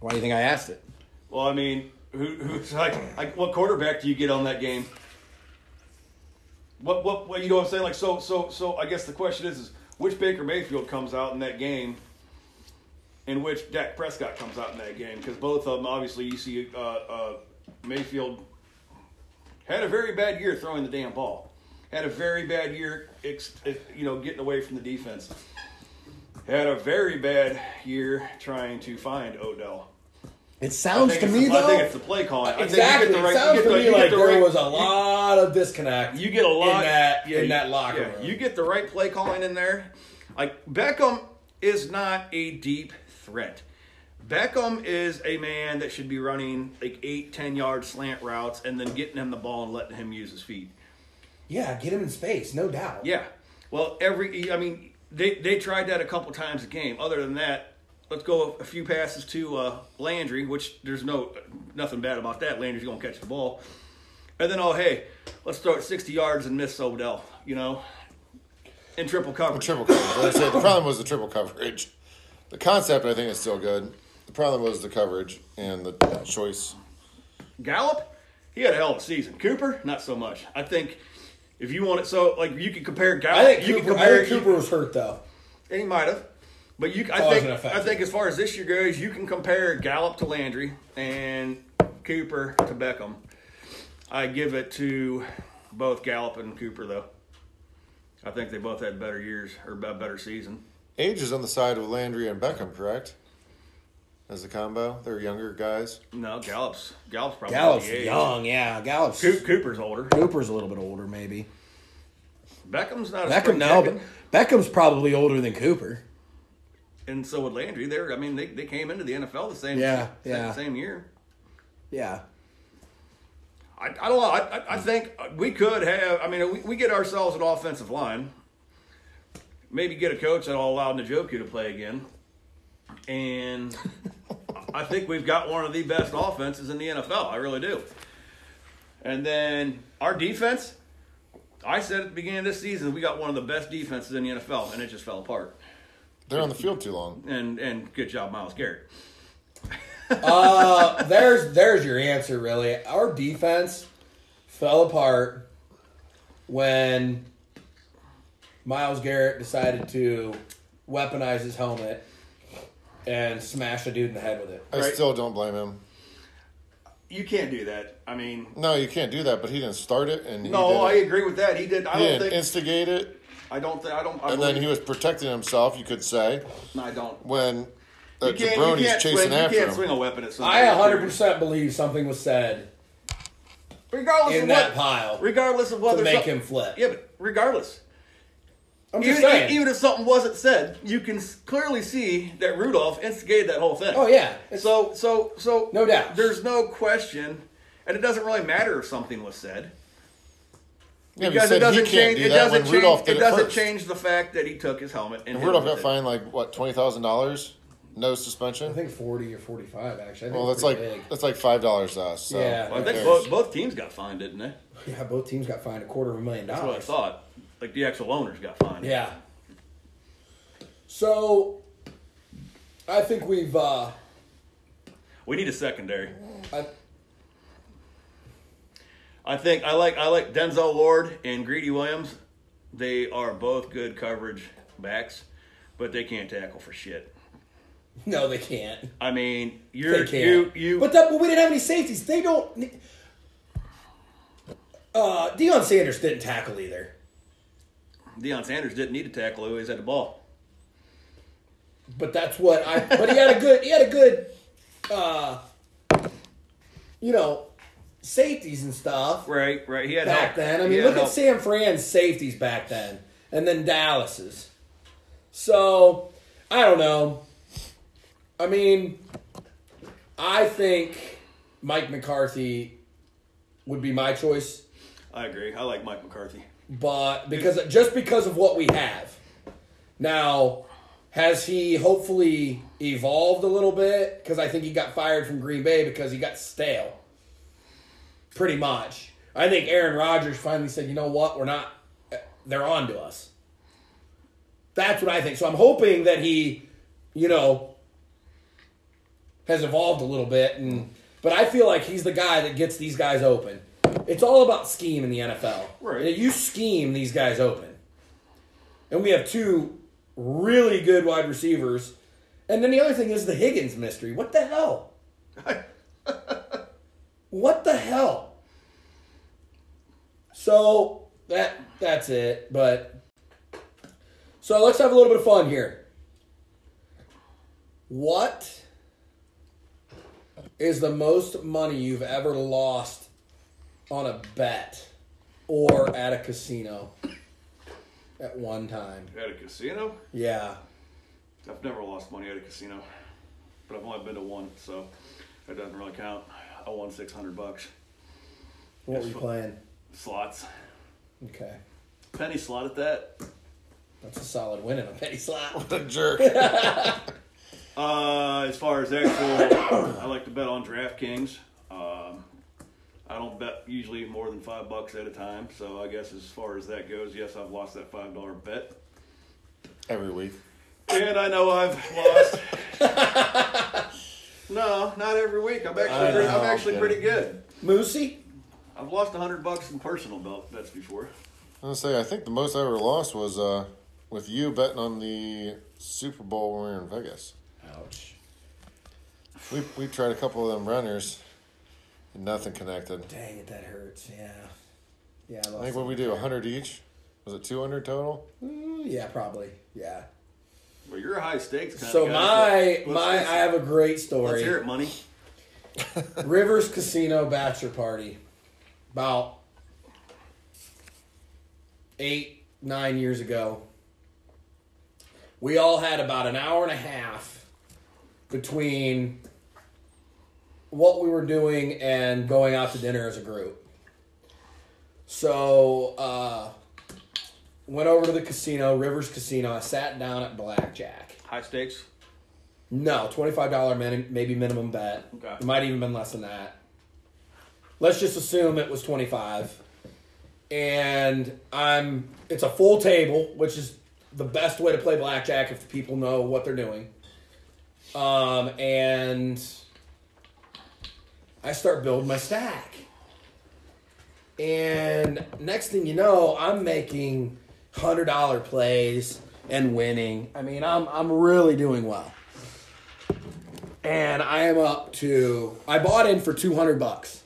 Speaker 1: Why do you think I asked it?
Speaker 2: Well, I mean, who, who's like, like, what quarterback do you get on that game? What, what, what, you know what I'm saying? Like, so, so, so, I guess the question is, is which Baker Mayfield comes out in that game and which Dak Prescott comes out in that game? Because both of them, obviously, you see, uh, uh, Mayfield had a very bad year throwing the damn ball, had a very bad year, ex- you know, getting away from the defense, had a very bad year trying to find Odell.
Speaker 1: It
Speaker 2: I
Speaker 1: sounds
Speaker 2: think
Speaker 1: to
Speaker 2: it's
Speaker 1: me
Speaker 2: the-
Speaker 1: though.
Speaker 2: I think it's the play calling. I
Speaker 1: exactly.
Speaker 2: Think you get the right,
Speaker 1: it sounds
Speaker 2: you
Speaker 1: to
Speaker 2: get the,
Speaker 1: me
Speaker 2: you get
Speaker 1: like
Speaker 2: the
Speaker 1: there
Speaker 2: right-
Speaker 1: was a lot of disconnect.
Speaker 2: You get a lot
Speaker 1: in that
Speaker 2: yeah,
Speaker 1: in
Speaker 2: you-
Speaker 1: that locker
Speaker 2: yeah,
Speaker 1: room.
Speaker 2: You get the right play calling in there. Like Beckham is not a deep threat. Beckham is a man that should be running like eight, ten yard slant routes and then getting him the ball and letting him use his feet.
Speaker 1: yeah, get him in space, no doubt.
Speaker 2: Yeah. Well, every I mean, they they tried that a couple times a game. Other than that, let's go a few passes to uh, Landry, which there's no nothing bad about that. Landry's gonna catch the ball, and then oh hey, let's throw it 60 yards and miss Odell, you know, in triple coverage.
Speaker 3: Triple coverage. Like I said, the problem was the triple coverage. The concept, I think, is still good. The problem was the coverage and the choice.
Speaker 2: Gallup, he had a hell of a season. Cooper, not so much. I think if you want it, so like you can compare Gallup.
Speaker 1: I think
Speaker 2: you
Speaker 1: Cooper,
Speaker 2: can compare
Speaker 1: I think Cooper was hurt though.
Speaker 2: And he might have. But you, I
Speaker 1: Cause
Speaker 2: think,
Speaker 1: and effect.
Speaker 2: I think as far as this year goes, you can compare Gallup to Landry and Cooper to Beckham. I give it to both Gallup and Cooper though. I think they both had better years or a better season.
Speaker 3: Age is on the side of Landry and Beckham, correct? As a combo, they're younger guys.
Speaker 2: No, Gallup's Gallup's probably
Speaker 4: Gallup's
Speaker 2: the age.
Speaker 4: young, yeah. Gallup's
Speaker 2: Coop, Cooper's older.
Speaker 4: Cooper's a little bit older, maybe.
Speaker 2: Beckham's not. A
Speaker 4: Beckham
Speaker 2: spring
Speaker 4: no, but
Speaker 2: chicken.
Speaker 4: Beckham's probably older than Cooper.
Speaker 2: and so would Landry. There, I mean, they, they came into the NFL the same.
Speaker 4: Yeah,
Speaker 2: same,
Speaker 4: yeah.
Speaker 2: Same year.
Speaker 4: Yeah.
Speaker 2: I, I don't know. I, I, I think we could have. I mean, we, we get ourselves an offensive line. Maybe get a coach that'll allow Njoku to play again. And I think we've got one of the best offenses in the NFL. I really do. And then our defense. I said at the beginning of this season we got one of the best defenses in the NFL, and it just fell apart.
Speaker 3: They're on the field too long.
Speaker 2: And and good job, Miles Garrett.
Speaker 1: Uh, there's there's your answer. Really, our defense fell apart when Miles Garrett decided to weaponize his helmet and smash a dude in the head with it.
Speaker 3: I
Speaker 2: Right.
Speaker 3: still don't blame him.
Speaker 2: You can't do that. I mean,
Speaker 3: No, you can't do that. But he didn't start it, and he
Speaker 2: no, I
Speaker 3: did it.
Speaker 2: agree with that. He did. I
Speaker 3: He
Speaker 2: don't
Speaker 3: didn't
Speaker 2: think.
Speaker 3: instigate it,
Speaker 2: I don't think I don't. I
Speaker 3: and then
Speaker 2: believe-
Speaker 3: he was protecting himself. You could say
Speaker 2: No, I don't.
Speaker 3: when uh,
Speaker 2: You can't, you
Speaker 3: Jabroni's
Speaker 2: can't,
Speaker 3: chasing
Speaker 2: swing, you
Speaker 3: after
Speaker 2: can't
Speaker 3: him.
Speaker 2: swing a weapon at somebody.
Speaker 1: I 100% believe something was said
Speaker 2: Regardless
Speaker 1: in
Speaker 2: of
Speaker 1: that
Speaker 2: what,
Speaker 1: pile
Speaker 2: regardless of whether
Speaker 1: to make
Speaker 2: some-
Speaker 1: him flip.
Speaker 2: Yeah, but regardless,
Speaker 1: I'm just
Speaker 2: even,
Speaker 1: saying.
Speaker 2: even if something wasn't said, you can s- clearly see that Rudolph instigated that whole thing.
Speaker 1: oh yeah, it's
Speaker 2: So so so
Speaker 1: No doubt.
Speaker 2: There's no question, and it doesn't really matter if something was said
Speaker 3: Yeah, but you
Speaker 2: because it
Speaker 3: said he
Speaker 2: doesn't
Speaker 3: can't
Speaker 2: change.
Speaker 3: do
Speaker 2: It
Speaker 3: that
Speaker 2: doesn't
Speaker 3: when
Speaker 2: change.
Speaker 3: Rudolph did
Speaker 2: it
Speaker 3: it
Speaker 2: doesn't
Speaker 3: first.
Speaker 2: change the fact that he took his helmet and,
Speaker 3: And
Speaker 2: hit
Speaker 3: Rudolph
Speaker 2: him
Speaker 3: got
Speaker 2: with it.
Speaker 3: fined like what twenty thousand dollars, no suspension.
Speaker 1: I think 40 or 45 actually. I think
Speaker 3: well,
Speaker 1: it's
Speaker 3: that's like
Speaker 1: pretty big.
Speaker 3: that's like five dollars to us. So.
Speaker 1: Yeah.
Speaker 2: Well, I
Speaker 3: who
Speaker 2: think
Speaker 3: cares?
Speaker 2: both, both teams got fined, didn't they?
Speaker 1: yeah, both teams got fined a quarter of a million
Speaker 2: That's what I
Speaker 1: dollars.
Speaker 2: thought. Like the actual owners got fined.
Speaker 1: Yeah. So, I think we've. Uh,
Speaker 2: We need a secondary.
Speaker 1: I,
Speaker 2: I think I like I like Denzel Ward and Greedy Williams. They are both good coverage backs, but they can't tackle for shit.
Speaker 1: no, they can't.
Speaker 2: I mean,
Speaker 1: They
Speaker 2: you're
Speaker 1: can't.
Speaker 2: you you
Speaker 1: But, that, but we didn't have any safeties. They don't. ne- Uh, Deion Sanders didn't tackle either.
Speaker 2: Deion Sanders didn't need to tackle. He always had the ball.
Speaker 1: But that's what I. But he had a good. He had a good. Uh, you know, safeties and stuff
Speaker 2: Right, right. He had
Speaker 1: back
Speaker 2: help.
Speaker 1: then. I
Speaker 2: He
Speaker 1: mean,
Speaker 2: had
Speaker 1: look
Speaker 2: help.
Speaker 1: at San Fran's safeties back then, and then Dallas's. So I don't know. I mean, I think Mike McCarthy would be my choice,
Speaker 2: I agree. I like Mike McCarthy.
Speaker 1: but because just because of what we have now, has he hopefully evolved a little bit? Because I think he got fired from Green Bay because he got stale, pretty much. I think Aaron Rodgers finally said, "You know what? We're not. They're on to us." That's what I think. So I'm hoping that he, you know, has evolved a little bit and but I feel like he's the guy that gets these guys open. It's all about scheme in the NFL.
Speaker 2: Right.
Speaker 1: You scheme these guys open. And we have two really good wide receivers. And then the other thing is the Higgins mystery. What the hell? what the hell? So that that's it, but so let's have a little bit of fun here. What is the most money you've ever lost on a bet or at a casino at one time?
Speaker 2: At a casino,
Speaker 1: Yeah.
Speaker 2: I've never lost money at a casino, but I've only been to one, so that doesn't really count. I won six hundred bucks.
Speaker 1: What were you playing?
Speaker 2: Slots,
Speaker 1: Okay.
Speaker 2: penny slot at that.
Speaker 1: That's a solid win in a penny slot.
Speaker 3: the jerk.
Speaker 2: Uh, as far as actual, I like to bet on DraftKings. Um, I don't bet usually more than five bucks at a time, so I guess as far as that goes, yes, I've lost that five dollar bet,
Speaker 3: Every week.
Speaker 2: and I know I've lost. no, not every week. I'm actually
Speaker 1: I
Speaker 2: pretty,
Speaker 3: know,
Speaker 2: I'm
Speaker 3: I'm
Speaker 2: actually pretty good.
Speaker 1: Moosey?
Speaker 2: I've lost a hundred bucks in personal belt bets before.
Speaker 3: I was gonna say I think the most I ever lost was uh, with you betting on the Super Bowl when we were in Vegas.
Speaker 1: Ouch.
Speaker 3: We we tried a couple of them runners, and nothing connected.
Speaker 1: Dang it, that hurts. Yeah. Yeah, I
Speaker 3: I
Speaker 1: lost.
Speaker 3: think what we do, hundred each. Was it two hundred total?
Speaker 1: Mm, yeah, probably. Yeah.
Speaker 2: Well, you're a high stakes kind
Speaker 1: So
Speaker 2: of
Speaker 1: my
Speaker 2: guy. so let's-
Speaker 1: my I
Speaker 2: let's-
Speaker 1: have a great
Speaker 2: Let's
Speaker 1: story.
Speaker 2: hear it, money.
Speaker 1: Rivers Casino bachelor party, about eight nine years ago. We all had about an hour and a half between what we were doing and going out to dinner as a group. So uh, went over to the casino, Rivers Casino. I sat down at blackjack.
Speaker 2: High stakes.
Speaker 1: No, twenty five dollar min- maybe minimum bet.
Speaker 2: Okay.
Speaker 1: It might even been less than that. Let's just assume it was twenty five. And I'm it's a full table, which is the best way to play blackjack if people know what they're doing. Um, and I start building my stack. And next thing you know, I'm making hundred dollar plays and winning. I mean, I'm I'm really doing well. And I am up to I bought in for two hundred bucks.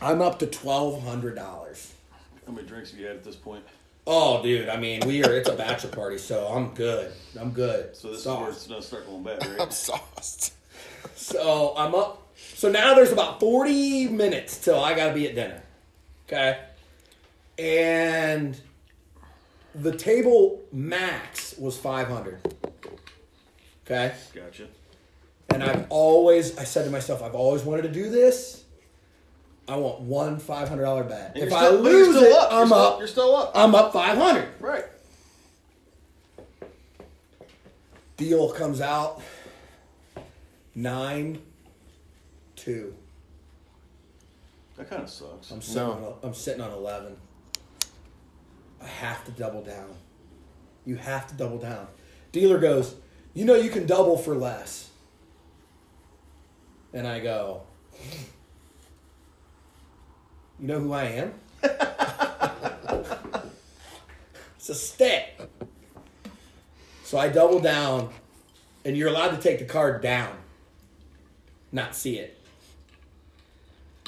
Speaker 1: I'm up to twelve hundred dollars.
Speaker 2: How many drinks have you had at this point?
Speaker 1: Oh, dude! I mean, we are—it's a bachelor party, so I'm good. I'm good.
Speaker 2: So this
Speaker 1: Soft.
Speaker 2: is where it's gonna start going bad,
Speaker 3: I'm
Speaker 2: right?
Speaker 3: sauced.
Speaker 1: So I'm up. So now there's about 40 minutes till I gotta be at dinner. Okay. And the table max was 500. Okay.
Speaker 2: gotcha.
Speaker 1: And I've always, I said to myself, I've always wanted to do this. I want one $500 bet.
Speaker 2: And
Speaker 1: if
Speaker 2: you're
Speaker 1: I
Speaker 2: still- but you're
Speaker 1: lose
Speaker 2: still
Speaker 1: it,
Speaker 2: up. You're
Speaker 1: I'm
Speaker 2: still-
Speaker 1: up.
Speaker 2: You're still up.
Speaker 1: I'm up 500.
Speaker 2: Right.
Speaker 1: Deal comes out nine two.
Speaker 2: That kind of sucks.
Speaker 1: I'm sitting,
Speaker 3: No.
Speaker 1: on, I'm sitting on 11. I have to double down. You have to double down. Dealer goes, You know, you can double for less. And I go, You know who I am? it's a stick. So I double down, and you're allowed to take the card down, not see it.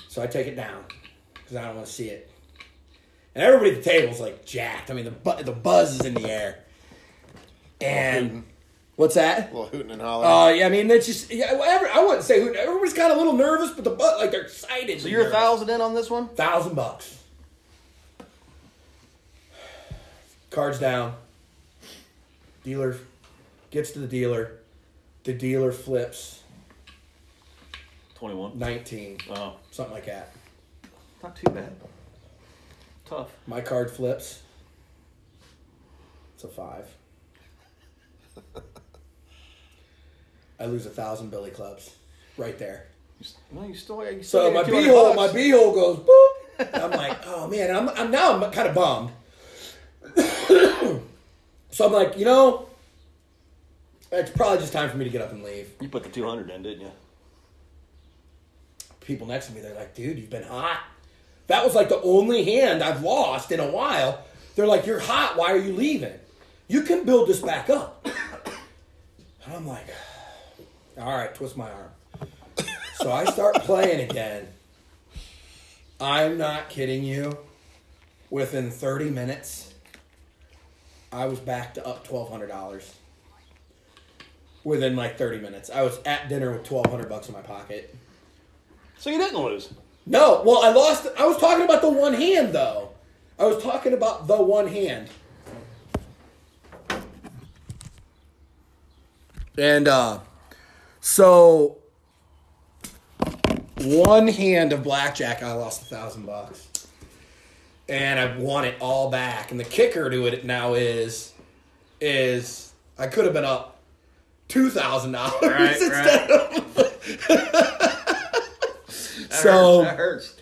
Speaker 1: So I take it down because I don't want to see it. And everybody at the table's like jacked. I mean, the bu- the buzz is in the air. And what's that?
Speaker 3: A little hooting and hollering.
Speaker 1: Uh, yeah, I mean, it's just yeah. Whatever. I wouldn't say who. Everybody's kind of a little nervous, but the but like they're excited.
Speaker 2: So you're a thousand in on this one?
Speaker 1: Thousand bucks. Cards down. Dealer gets to the dealer. The dealer flips
Speaker 2: Twenty-one.
Speaker 1: nineteen,
Speaker 2: Oh,
Speaker 1: something like that.
Speaker 2: not too bad. Tough.
Speaker 1: My card flips. It's a five. I lose a thousand Billy clubs right there.
Speaker 2: You s- No, you still. You
Speaker 1: So
Speaker 2: still
Speaker 1: my
Speaker 2: got
Speaker 1: b
Speaker 2: 200
Speaker 1: hole, my
Speaker 2: bucks.
Speaker 1: b hole goes boop. And I'm like, oh man, I'm, I'm now I'm kind of bummed. so I'm like, you know, it's probably just time for me to get up and leave.
Speaker 2: You put the two hundred in, didn't you?
Speaker 1: people next to me, they're like, dude, you've been hot. That was like the only hand I've lost in a while. They're like, you're hot. Why are you leaving? You can build this back up. And I'm like, all right, twist my arm. So I start playing again. I'm not kidding you. Within 30 minutes, I was back to up $1,200. Within like 30 minutes, I was at dinner with 1200 bucks in my pocket.
Speaker 2: So you didn't lose.
Speaker 1: No, well, I lost. I was talking about the one hand, though. I was talking about the one hand. And uh, so, one hand of blackjack, I lost a thousand bucks, and I won it all back. And the kicker to it now is, is I could have been up two thousand
Speaker 2: Right,
Speaker 1: dollars instead of. so
Speaker 2: that hurts.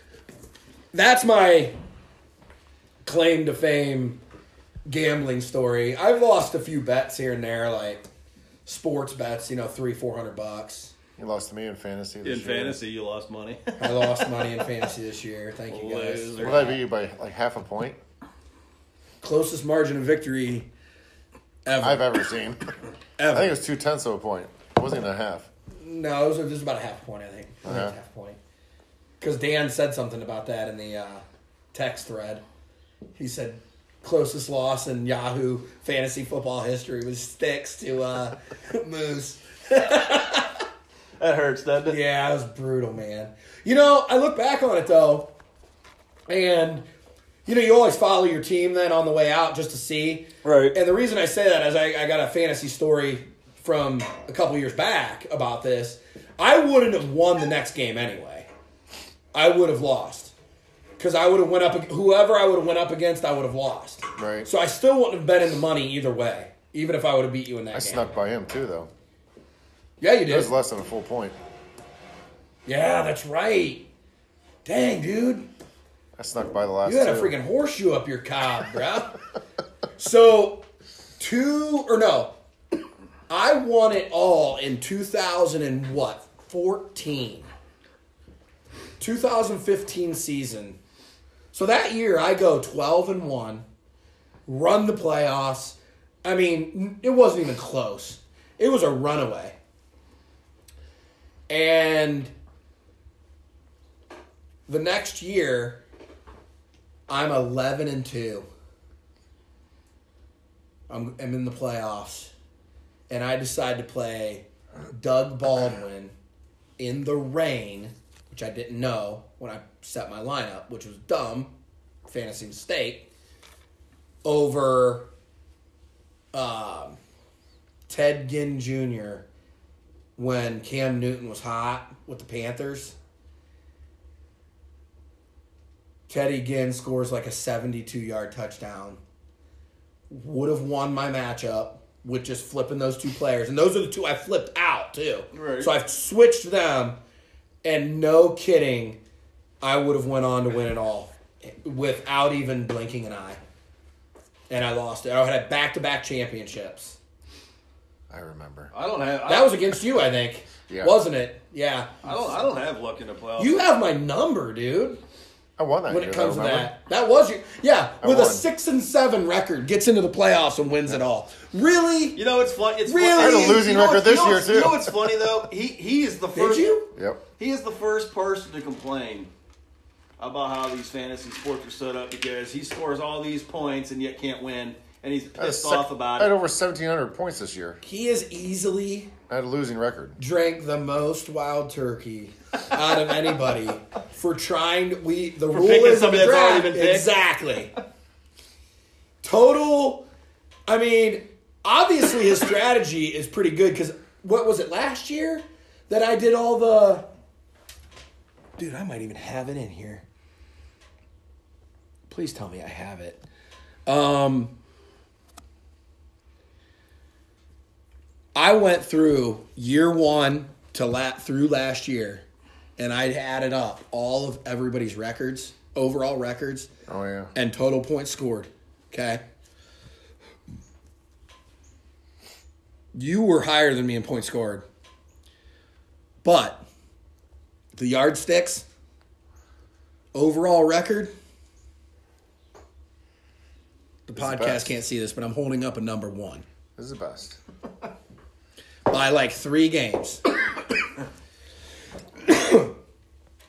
Speaker 1: that's my claim to fame gambling story. I've lost a few bets here and there, like sports bets, you know, three, four hundred bucks.
Speaker 3: you lost to me in fantasy. This
Speaker 2: In
Speaker 3: year.
Speaker 2: fantasy, you lost money.
Speaker 1: I lost money in fantasy this year. Thank you guys.
Speaker 2: Loser.
Speaker 3: What did I beat you by like half a point?
Speaker 5: closest margin of victory ever.
Speaker 3: I've ever seen. I
Speaker 5: ever.
Speaker 3: think it was two tenths of a point. It wasn't even a half.
Speaker 1: No, it was, it was about a half point, I think. I think it was
Speaker 3: Uh-huh.
Speaker 1: half point. Because Dan said something about that in the uh, text thread. He said closest loss in Yahoo fantasy football history was sticks to uh, Moose.
Speaker 2: That hurts, doesn't it?
Speaker 1: Yeah, it was brutal, man. You know, I look back on it though, and you know, you always follow your team then on the way out just to see.
Speaker 2: Right.
Speaker 1: And the reason I say that is I, I got a fantasy story from a couple years back about this. I wouldn't have won the next game anyway. I would have lost because I would have went up ag- whoever I would have went up against. I would have lost.
Speaker 3: Right.
Speaker 1: So I still wouldn't have been in the money either way, even if I would have beat you in that
Speaker 3: I
Speaker 1: game.
Speaker 3: snuck by him too, though.
Speaker 1: Yeah, you
Speaker 3: It was
Speaker 1: did.
Speaker 3: less than a full point.
Speaker 1: Yeah, that's right. Dang, dude.
Speaker 3: I snuck by the last.
Speaker 1: You had a
Speaker 3: two.
Speaker 1: freaking horseshoe up your cob, bruh. so, two or no, I won it all in 2000 and what? 14. 2015 season. So that year I go 12 and 1, run the playoffs. I mean, it wasn't even close. It was a runaway. And the next year I'm 11 and 2. I'm, I'm in the playoffs. And I decide to play Doug Baldwin in the rain, which I didn't know when I set my lineup, which was dumb, fantasy mistake, over um, Ted Ginn Jr. when Cam Newton was hot with the Panthers. Teddy Ginn scores like a 72 yard touchdown. Would have won my matchup with just flipping those two players. And those are the two I flipped out, too.
Speaker 2: Right.
Speaker 1: So I've switched them, and no kidding, I would have went on to win it all without even blinking an eye. And I lost it. I had back to back championships.
Speaker 3: I remember.
Speaker 2: I don't have.
Speaker 1: That
Speaker 2: I,
Speaker 1: was against you, I think.
Speaker 3: Yeah.
Speaker 1: Wasn't it? Yeah.
Speaker 2: I don't. I don't have luck in the playoffs.
Speaker 1: You have my number, dude.
Speaker 3: I won that
Speaker 1: When
Speaker 3: year,
Speaker 1: it
Speaker 3: though,
Speaker 1: comes to
Speaker 3: remember?
Speaker 1: that, that was your yeah. With a
Speaker 3: won.
Speaker 1: six and seven record, gets into the playoffs and wins it all. Really?
Speaker 2: You know it's funny. It's
Speaker 1: Really?
Speaker 2: funny.
Speaker 1: I had a
Speaker 3: losing
Speaker 2: You know what's-
Speaker 3: record
Speaker 2: you
Speaker 3: this
Speaker 2: know
Speaker 3: year,
Speaker 2: what's- You
Speaker 3: too.
Speaker 2: know what's funny though? He he is the first.
Speaker 1: you?
Speaker 3: Yep.
Speaker 2: He is the first person to complain about how these fantasy sports are set up because he scores all these points and yet can't win, and he's
Speaker 3: I had a
Speaker 2: pissed
Speaker 3: sec-
Speaker 2: off about
Speaker 3: I had
Speaker 2: it.
Speaker 3: over 1,700 points this year.
Speaker 1: He has easily
Speaker 3: I had a losing record.
Speaker 1: drank the most wild turkey out of anybody for trying. To, we the rule
Speaker 2: picking
Speaker 1: is in the
Speaker 2: somebody that's already
Speaker 1: draft-
Speaker 2: been picked.
Speaker 1: exactly. Total. I mean, obviously his strategy is pretty good because what was it last year that I did all the. Dude, I might even have it in here. Please tell me I have it. Um, I went through year one to lat through last year, and I added up all of everybody's records, overall records,
Speaker 3: Oh, yeah.
Speaker 1: and total points scored. Okay. You were higher than me in points scored. But the yardsticks, overall record, the podcast
Speaker 3: best.
Speaker 1: can't see this, but I'm holding up a number one
Speaker 3: This is the best.
Speaker 1: by like three games.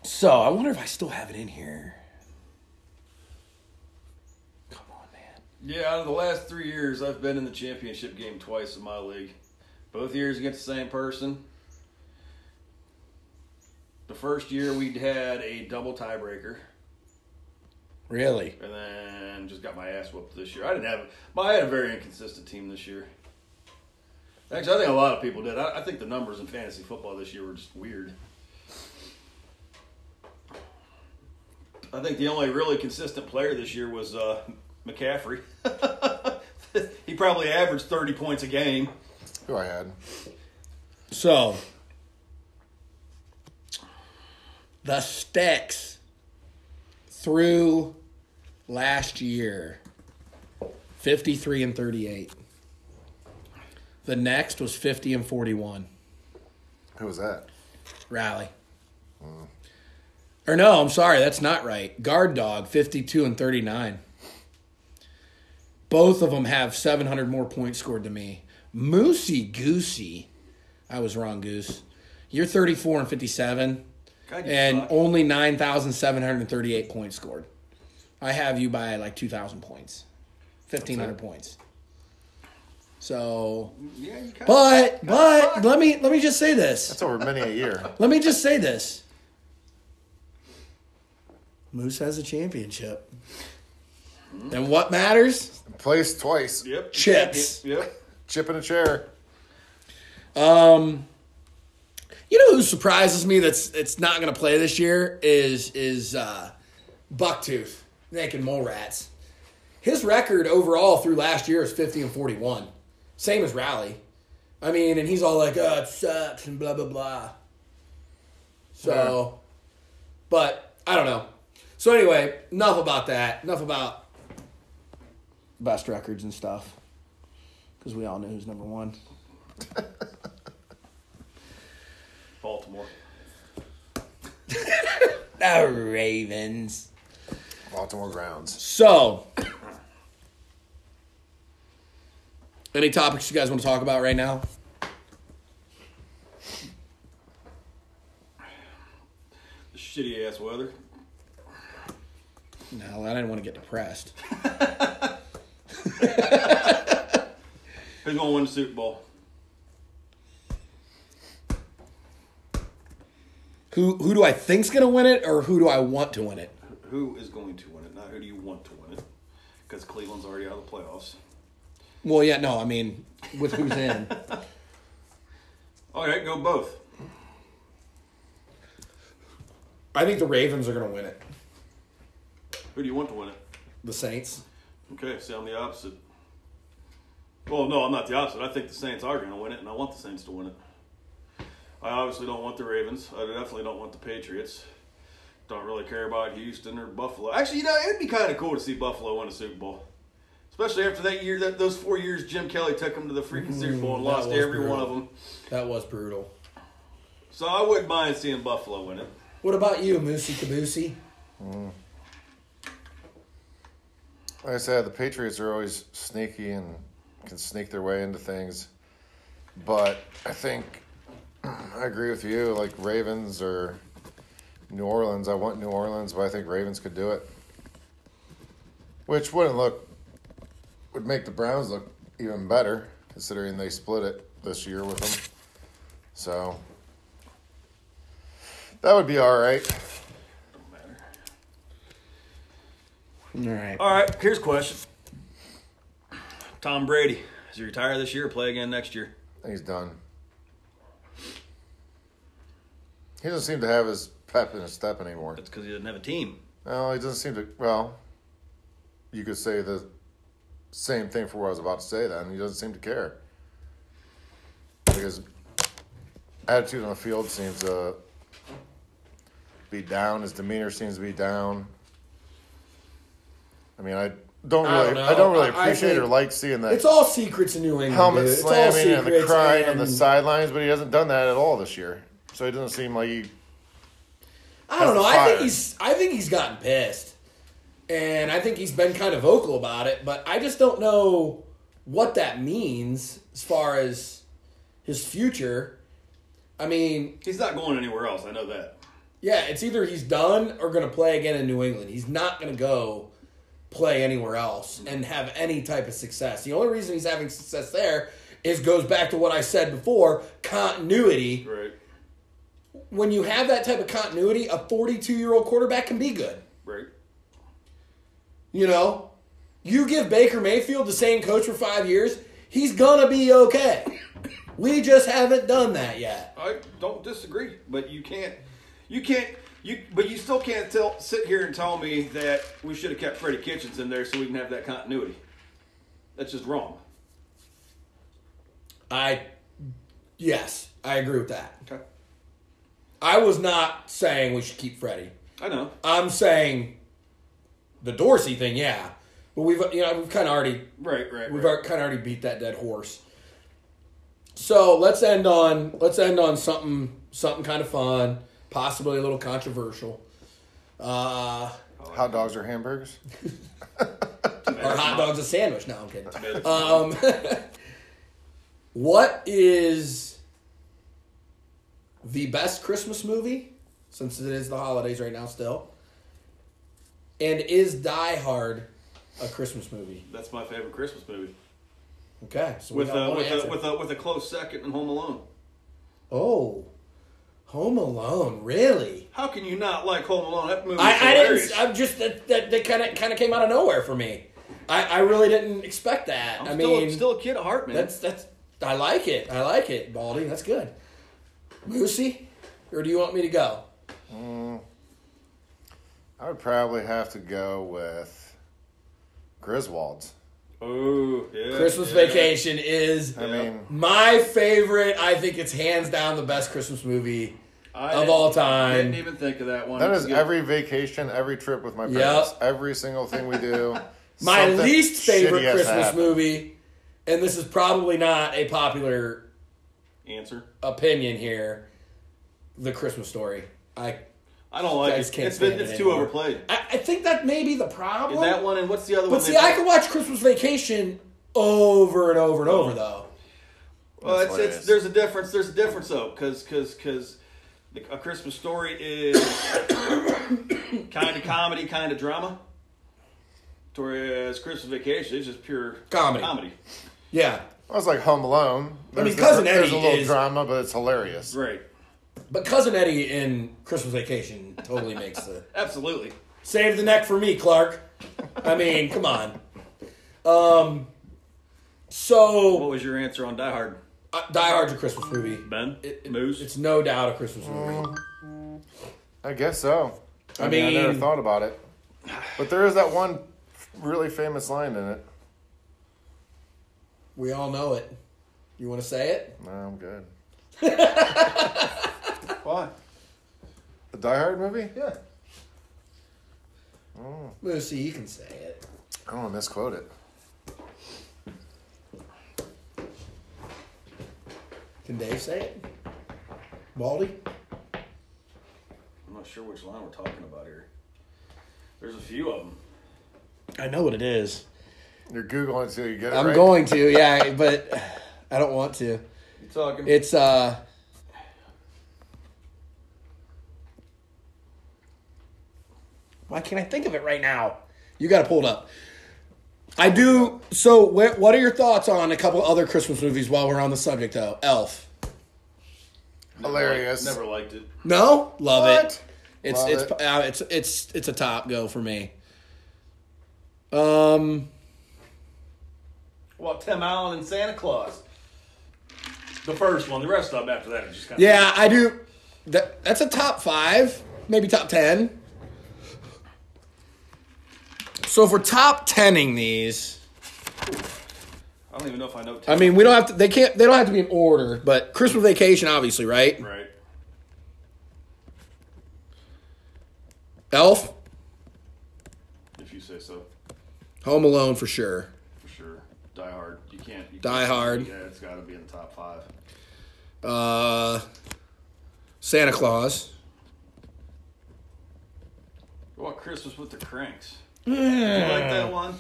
Speaker 1: so I wonder if I still have it in here. Come on, man.
Speaker 2: Yeah, out of the last three years, I've been in the championship game twice in my league. Both years against the same person. The first year we had a double tiebreaker,
Speaker 1: Really?
Speaker 2: and then just got my ass whooped this year. I didn't have, but I had a very inconsistent team this year. Actually, I think a lot of people did. I, I think the numbers in fantasy football this year were just weird. I think the only really consistent player this year was uh, McCaffrey. he probably averaged 30 points a game.
Speaker 3: Who I had.
Speaker 1: So the sticks through last year 53 and 38. The next was 50 and 41.
Speaker 3: Who was that?
Speaker 1: Rally. Or no, I'm sorry, that's not right. Guard dog, 52 and 39. Both of them have 700 more points scored than me. Moosey Goosey, I was wrong, Goose. You're 34 and 57,
Speaker 2: God, you
Speaker 1: and
Speaker 2: suck.
Speaker 1: only 9,738 points scored. I have you by like 2,000 points, 1,500 points. So,
Speaker 2: yeah, you kinda
Speaker 1: but but let me let me just say this.
Speaker 3: That's over many a year.
Speaker 1: Let me just say this. Moose has a championship. And what matters?
Speaker 3: Place twice.
Speaker 2: Yep.
Speaker 1: Chips.
Speaker 2: Yep.
Speaker 3: Chip in a chair.
Speaker 1: You know who surprises me that's it's not gonna play this year is is uh Bucktooth, naked mole rats. His record overall through last year is fifty and forty one. Same as Rally. I mean, and he's all like, oh, it sucks and blah blah blah. So but I don't know. So anyway, enough about that. Enough about best records and stuff. Because we all know who's number one.
Speaker 2: Baltimore.
Speaker 1: The Ravens.
Speaker 3: Baltimore grounds.
Speaker 1: So, any topics you guys want to talk about right now?
Speaker 2: Shitty ass weather.
Speaker 1: No, I didn't want to get depressed.
Speaker 2: Who's gonna win the Super Bowl?
Speaker 1: Who who do I think's gonna win it, or who do I want to win it?
Speaker 2: Who is going to win it? Not who do you want to win it? Because Cleveland's already out of the playoffs.
Speaker 1: Well, yeah, no, I mean, with who's in?
Speaker 2: All right, go both.
Speaker 6: I think the Ravens are going to win it.
Speaker 2: Who do you want to win it?
Speaker 6: The Saints.
Speaker 2: Okay, see, I'm the opposite. Well, no, I'm not the opposite. I think the Saints are going to win it, and I want the Saints to win it. I obviously don't want the Ravens. I definitely don't want the Patriots. Don't really care about Houston or Buffalo. Actually, you know, it'd be kind of cool to see Buffalo win a Super Bowl, especially after that year, that those four years Jim Kelly took them to the freaking Super Bowl
Speaker 6: Mm,
Speaker 2: and
Speaker 6: that
Speaker 2: lost
Speaker 6: was
Speaker 2: every one of
Speaker 6: brutal.
Speaker 2: them.
Speaker 6: That was brutal.
Speaker 2: So I wouldn't mind seeing Buffalo win it.
Speaker 6: What about you, Moosey Caboosey?
Speaker 3: Like I said, the Patriots are always sneaky and can sneak their way into things. But I think I agree with you. Like Ravens or New Orleans, I want New Orleans, but I think Ravens could do it. Which wouldn't look would make the Browns look even better, considering they split it this year with them. So that would be all right.
Speaker 2: Don't matter.
Speaker 1: All right.
Speaker 2: All right, here's a question. Tom Brady, does he retire this year or play again next year?
Speaker 3: He's done. He doesn't seem to have his pep in his step anymore.
Speaker 2: That's because he doesn't have a team.
Speaker 3: No, he doesn't seem to. Well, you could say the same thing for what I was about to say. Then he doesn't seem to care. Like his attitude on the field seems to be down. His demeanor seems to be down. I mean, I
Speaker 6: I don't
Speaker 3: don't really, I don't,
Speaker 6: know.
Speaker 3: really
Speaker 6: I- I
Speaker 3: appreciate or
Speaker 6: think-
Speaker 3: like seeing that
Speaker 6: It's all secrets in New England.
Speaker 3: helmet
Speaker 6: dude. It's all
Speaker 3: slamming and the
Speaker 6: secrets
Speaker 3: crying on the
Speaker 6: and-
Speaker 3: sidelines, but he hasn't done that at all this year. So it doesn't seem like he.
Speaker 6: I don't know. I
Speaker 3: Fire.
Speaker 6: think he's I think he's gotten pissed. And I think he's been kind of vocal about it, but I just don't know what that means as far as his future. I mean,
Speaker 2: He's not going anywhere else. I know that.
Speaker 6: yeah, it's either he's done or going to play again in New England. He's not going to go play anywhere else and have any type of success. The only reason he's having success there is goes back to what I said before, continuity.
Speaker 2: Right.
Speaker 6: When you have that type of continuity, a 42-year-old quarterback can be good.
Speaker 2: Right.
Speaker 6: You know, you give Baker Mayfield the same coach for five years, he's gonna be okay. We just haven't done that yet.
Speaker 2: I don't disagree, but you can't. You can't. You but you still can't tell. Sit here and tell me that we should have kept Freddie Kitchens in there so we can have that continuity. That's just wrong.
Speaker 6: I, yes, I agree with that.
Speaker 2: Okay.
Speaker 6: I was not saying we should keep Freddie.
Speaker 2: I know.
Speaker 6: I'm saying the Dorsey thing, yeah, but we've you know we've kind of already
Speaker 2: Right. Right.
Speaker 6: we've
Speaker 2: right.
Speaker 6: kind of already beat that dead horse. So let's end on let's end on something something kind of fun, possibly a little controversial. Uh,
Speaker 3: Hot dogs or hamburgers?
Speaker 6: Or hot
Speaker 2: Tomatoes.
Speaker 6: dog's a sandwich. No, I'm kidding. Um, what is the best Christmas movie? Since it is the holidays right now, still. And is Die Hard a Christmas movie?
Speaker 2: That's my favorite Christmas movie.
Speaker 6: Okay, so
Speaker 2: With a,
Speaker 6: one
Speaker 2: with, a,
Speaker 6: answer.
Speaker 2: with, a, with a close second in Home Alone.
Speaker 6: oh, Home Alone, really?
Speaker 2: How can you not like Home Alone? That movie
Speaker 6: I, I didn't. I'm just that that they kind of kind of came out of nowhere for me. I, I really didn't expect that. i
Speaker 2: am still,
Speaker 6: mean,
Speaker 2: still a kid at heart, man.
Speaker 6: that's that's. I like it. I like it, Baldy. That's good. Moosey, or do you want me to go?
Speaker 3: I would probably have to go with Griswold's.
Speaker 2: oh, yeah.
Speaker 6: Christmas
Speaker 2: yeah.
Speaker 6: Vacation is
Speaker 3: I mean,
Speaker 6: my favorite. I think it's hands down the best Christmas movie
Speaker 2: I
Speaker 6: of all
Speaker 2: I didn't
Speaker 6: time.
Speaker 2: even think of that one.
Speaker 3: that
Speaker 2: It's
Speaker 3: is
Speaker 2: good.
Speaker 3: every vacation, every trip with my
Speaker 6: Yep.
Speaker 3: parents, every single thing we do.
Speaker 6: My
Speaker 3: something
Speaker 6: least favorite
Speaker 3: shitty has
Speaker 6: Christmas
Speaker 3: happened.
Speaker 6: movie, and this is probably not a popular
Speaker 2: answer.
Speaker 6: opinion here. The Christmas Story. I
Speaker 2: I don't like
Speaker 6: Guys
Speaker 2: it.
Speaker 6: can't
Speaker 2: It's, been,
Speaker 6: stand it
Speaker 2: it's too
Speaker 6: anymore.
Speaker 2: overplayed.
Speaker 6: I, I think that may be the
Speaker 2: Is
Speaker 6: problem.
Speaker 2: that one and what's the other one?
Speaker 6: but see,
Speaker 2: they-
Speaker 6: I can watch Christmas Vacation over and over and over though.
Speaker 2: Well,
Speaker 3: That's
Speaker 2: it's,
Speaker 3: what it
Speaker 2: it's
Speaker 3: is.
Speaker 2: there's a difference. There's a difference though, because because because a Christmas story is kind of comedy, kind of drama. Whereas Christmas Vacation is just pure
Speaker 6: Comedy.
Speaker 2: comedy,
Speaker 6: Yeah,
Speaker 3: Well, it's like Home Alone. There's
Speaker 6: mean, Cousin
Speaker 3: there's
Speaker 6: Eddie
Speaker 3: a little
Speaker 6: is-
Speaker 3: drama, but it's hilarious.
Speaker 2: right?
Speaker 6: but Cousin Eddie in Christmas Vacation totally makes the
Speaker 2: Absolutely.
Speaker 6: save the neck for me, Clark. I mean, come on. Um,
Speaker 2: What
Speaker 6: so
Speaker 2: was your answer on Die Hard,
Speaker 6: uh, Die Hard's a Christmas movie.
Speaker 2: Ben?
Speaker 6: It- it-
Speaker 2: Moose.
Speaker 6: It's no doubt a Christmas movie.
Speaker 3: I guess so. Mm. I,
Speaker 6: I
Speaker 3: mean, I never
Speaker 6: mean-
Speaker 3: thought about it, but there is that one really famous line in it.
Speaker 6: We all know it. You want to say it?
Speaker 3: No, I'm good.
Speaker 2: Why?
Speaker 3: The Die Hard movie?
Speaker 2: Yeah.
Speaker 6: Lucy, you can say it.
Speaker 3: I don't want to misquote it.
Speaker 6: Can Dave say it? Baldy?
Speaker 2: I'm not sure which line we're talking about here. There's a few of them.
Speaker 1: I know what it is.
Speaker 3: You're googling until you get it.
Speaker 1: I'm
Speaker 3: right?
Speaker 1: going to, yeah, but I don't want to.
Speaker 2: You talking?
Speaker 1: It's uh Why can't I think of it right now? You got to pull it up. I do. So, wh- what are your thoughts on a couple other Christmas movies while we're on the subject, though? Elf.
Speaker 2: Never
Speaker 3: hilarious.
Speaker 2: liked- never liked it.
Speaker 1: No, love
Speaker 3: What?
Speaker 1: it. It's
Speaker 3: Love
Speaker 1: it's
Speaker 3: it.
Speaker 1: Uh, it's it's it's a top go for me. Um,
Speaker 2: Well, Tim Allen and Santa Claus. The first one. The rest of them after that are just kind of
Speaker 1: yeah, I do. That that's a top five, maybe top ten. So if we're top tenning these,
Speaker 2: I don't even know if I know. Tim
Speaker 1: I mean, we don't have to. They can't. They don't have to be in order. But Christmas Vacation, obviously, right?
Speaker 2: Right.
Speaker 1: Elf,
Speaker 2: If you say so,
Speaker 1: Home Alone for sure.
Speaker 2: for sure. Die Hard. You can't. You
Speaker 1: Die
Speaker 2: can't-
Speaker 1: Hard.
Speaker 2: Yeah, it's got to be in the top five.
Speaker 1: Uh, Santa Claus.
Speaker 2: What Christmas with the Cranks?
Speaker 1: Hmm.
Speaker 2: You like that one?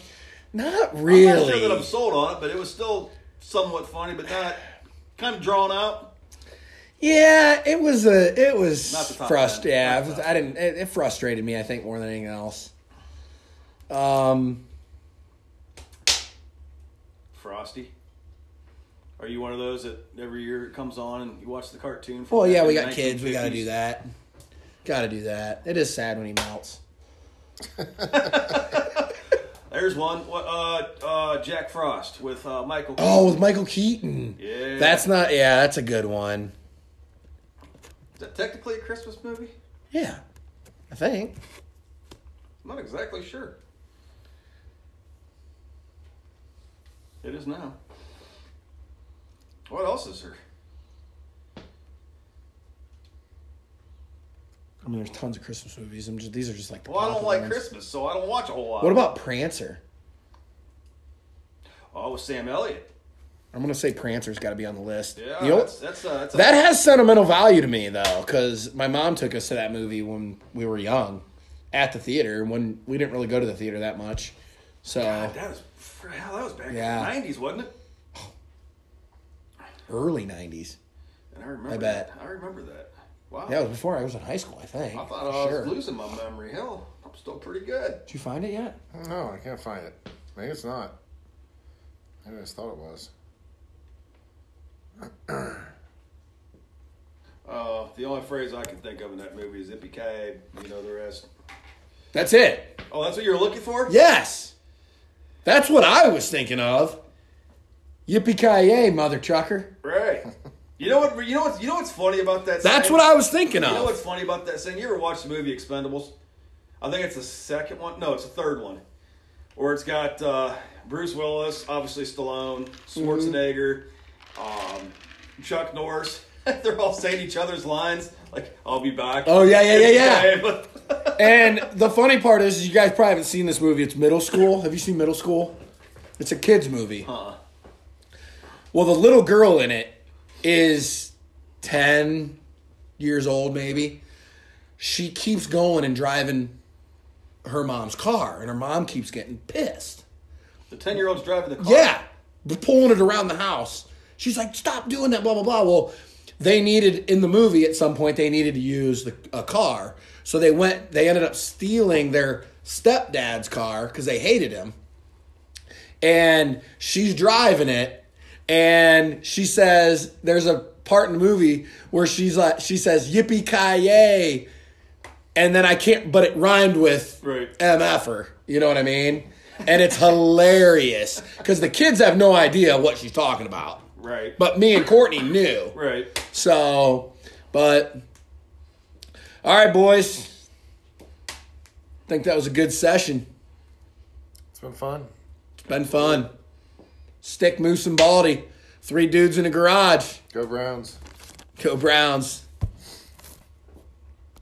Speaker 1: Not
Speaker 2: I'm not sure that I'm
Speaker 1: really.
Speaker 2: sold on it, but it was still somewhat funny, but not kind of drawn out.
Speaker 1: Yeah, it was a. It was
Speaker 2: Not the top
Speaker 1: frust.
Speaker 2: ten.
Speaker 1: Yeah,
Speaker 2: Not
Speaker 1: it
Speaker 2: the
Speaker 1: was-
Speaker 2: top
Speaker 1: I didn't. It, it frustrated me. I think more than anything else. Um,
Speaker 2: Frosty. Are you one of those that every year it comes on and you watch the cartoon? from
Speaker 1: Well,
Speaker 2: back
Speaker 1: yeah,
Speaker 2: in
Speaker 1: we
Speaker 2: the
Speaker 1: got kids. We got to
Speaker 2: 1950s?
Speaker 1: do that. Got to do that. It is sad when he melts.
Speaker 2: There's one. What? Uh, uh, Jack Frost with uh, Michael.
Speaker 1: Oh, with Michael Keaton.
Speaker 2: Yeah.
Speaker 1: That's not. Yeah, that's a good one.
Speaker 2: Is that technically a Christmas movie?
Speaker 1: Yeah, I think.
Speaker 2: I'm not exactly sure. It is now. What else is there?
Speaker 1: I mean, there's tons of Christmas movies. I'm just these are just like. The
Speaker 2: Well, I don't
Speaker 1: popular
Speaker 2: like
Speaker 1: ones.
Speaker 2: Christmas, so I don't watch a whole lot.
Speaker 1: What about Prancer?
Speaker 2: Oh, with Sam Elliott.
Speaker 1: I'm gonna say Prancer's got to be on the list.
Speaker 2: Yeah,
Speaker 1: You know-
Speaker 2: that's that's, uh, that's
Speaker 1: that has sentimental value to me though, because my mom took us to that movie when we were young, at the theater. When we didn't really go to the theater that much, So
Speaker 2: That was fr- hell. That was back
Speaker 1: Yeah.
Speaker 2: in the '90s, wasn't it?
Speaker 1: early '90s.
Speaker 2: And I remember.
Speaker 1: I bet.
Speaker 2: That. I remember that. Wow.
Speaker 1: Yeah, it was before I was in high school, I think.
Speaker 2: I thought I
Speaker 1: Sure.
Speaker 2: was losing my memory. Hell, I'm still pretty good.
Speaker 1: Did you find it yet?
Speaker 3: No, I can't find it. Maybe it's not. Maybe I just thought it was.
Speaker 2: Uh, the only phrase I can think of in that movie is "ippee ki You know the rest.
Speaker 1: That's it.
Speaker 2: Oh, that's what you're looking for.
Speaker 1: Yes. That's what I was thinking of. Yippee ki yay, mother trucker.
Speaker 2: Right. You know what? You know what's You know what's funny about that?
Speaker 1: That's
Speaker 2: saying?
Speaker 1: what I was thinking
Speaker 2: You know what's
Speaker 1: of.
Speaker 2: funny about that saying? You ever watched the movie Expendables? I think it's the second one. No, it's the third one. Where it's got uh, Bruce Willis, obviously Stallone, Schwarzenegger, um, Chuck Norris. They're all saying each other's lines like "I'll be back."
Speaker 1: Oh, yeah, yeah, yeah, yeah.
Speaker 2: yeah.
Speaker 1: And the funny part is, is you guys probably haven't seen this movie. It's middle school. Have you seen middle school? It's a kids movie.
Speaker 2: uh,
Speaker 1: Well, the little girl in it is 10 years old, maybe. She keeps going and driving her mom's car, and her mom keeps getting pissed.
Speaker 2: the ten-year-old's driving the car.
Speaker 1: Yeah, They're pulling it around the house. She's like, "Stop doing that!" Blah blah blah. Well, they needed in the movie at some point they needed to use the, a car, so they went. They ended up stealing their stepdad's car because they hated him, and she's driving it, and she says, "There's a part in the movie where she's like, she says, yippee ki yay." And then I can't, but it rhymed with
Speaker 2: Right.
Speaker 1: MFer. You know what I mean? And it's hilarious because the kids have no idea what she's talking about.
Speaker 2: Right.
Speaker 1: But me and Courtney knew.
Speaker 2: right.
Speaker 1: So, but, all right, boys. think that was a good session.
Speaker 3: It's been fun.
Speaker 1: It's been fun. Stick, Moose, and Baldy. Three dudes in a garage.
Speaker 3: Go Browns.
Speaker 1: Go Browns.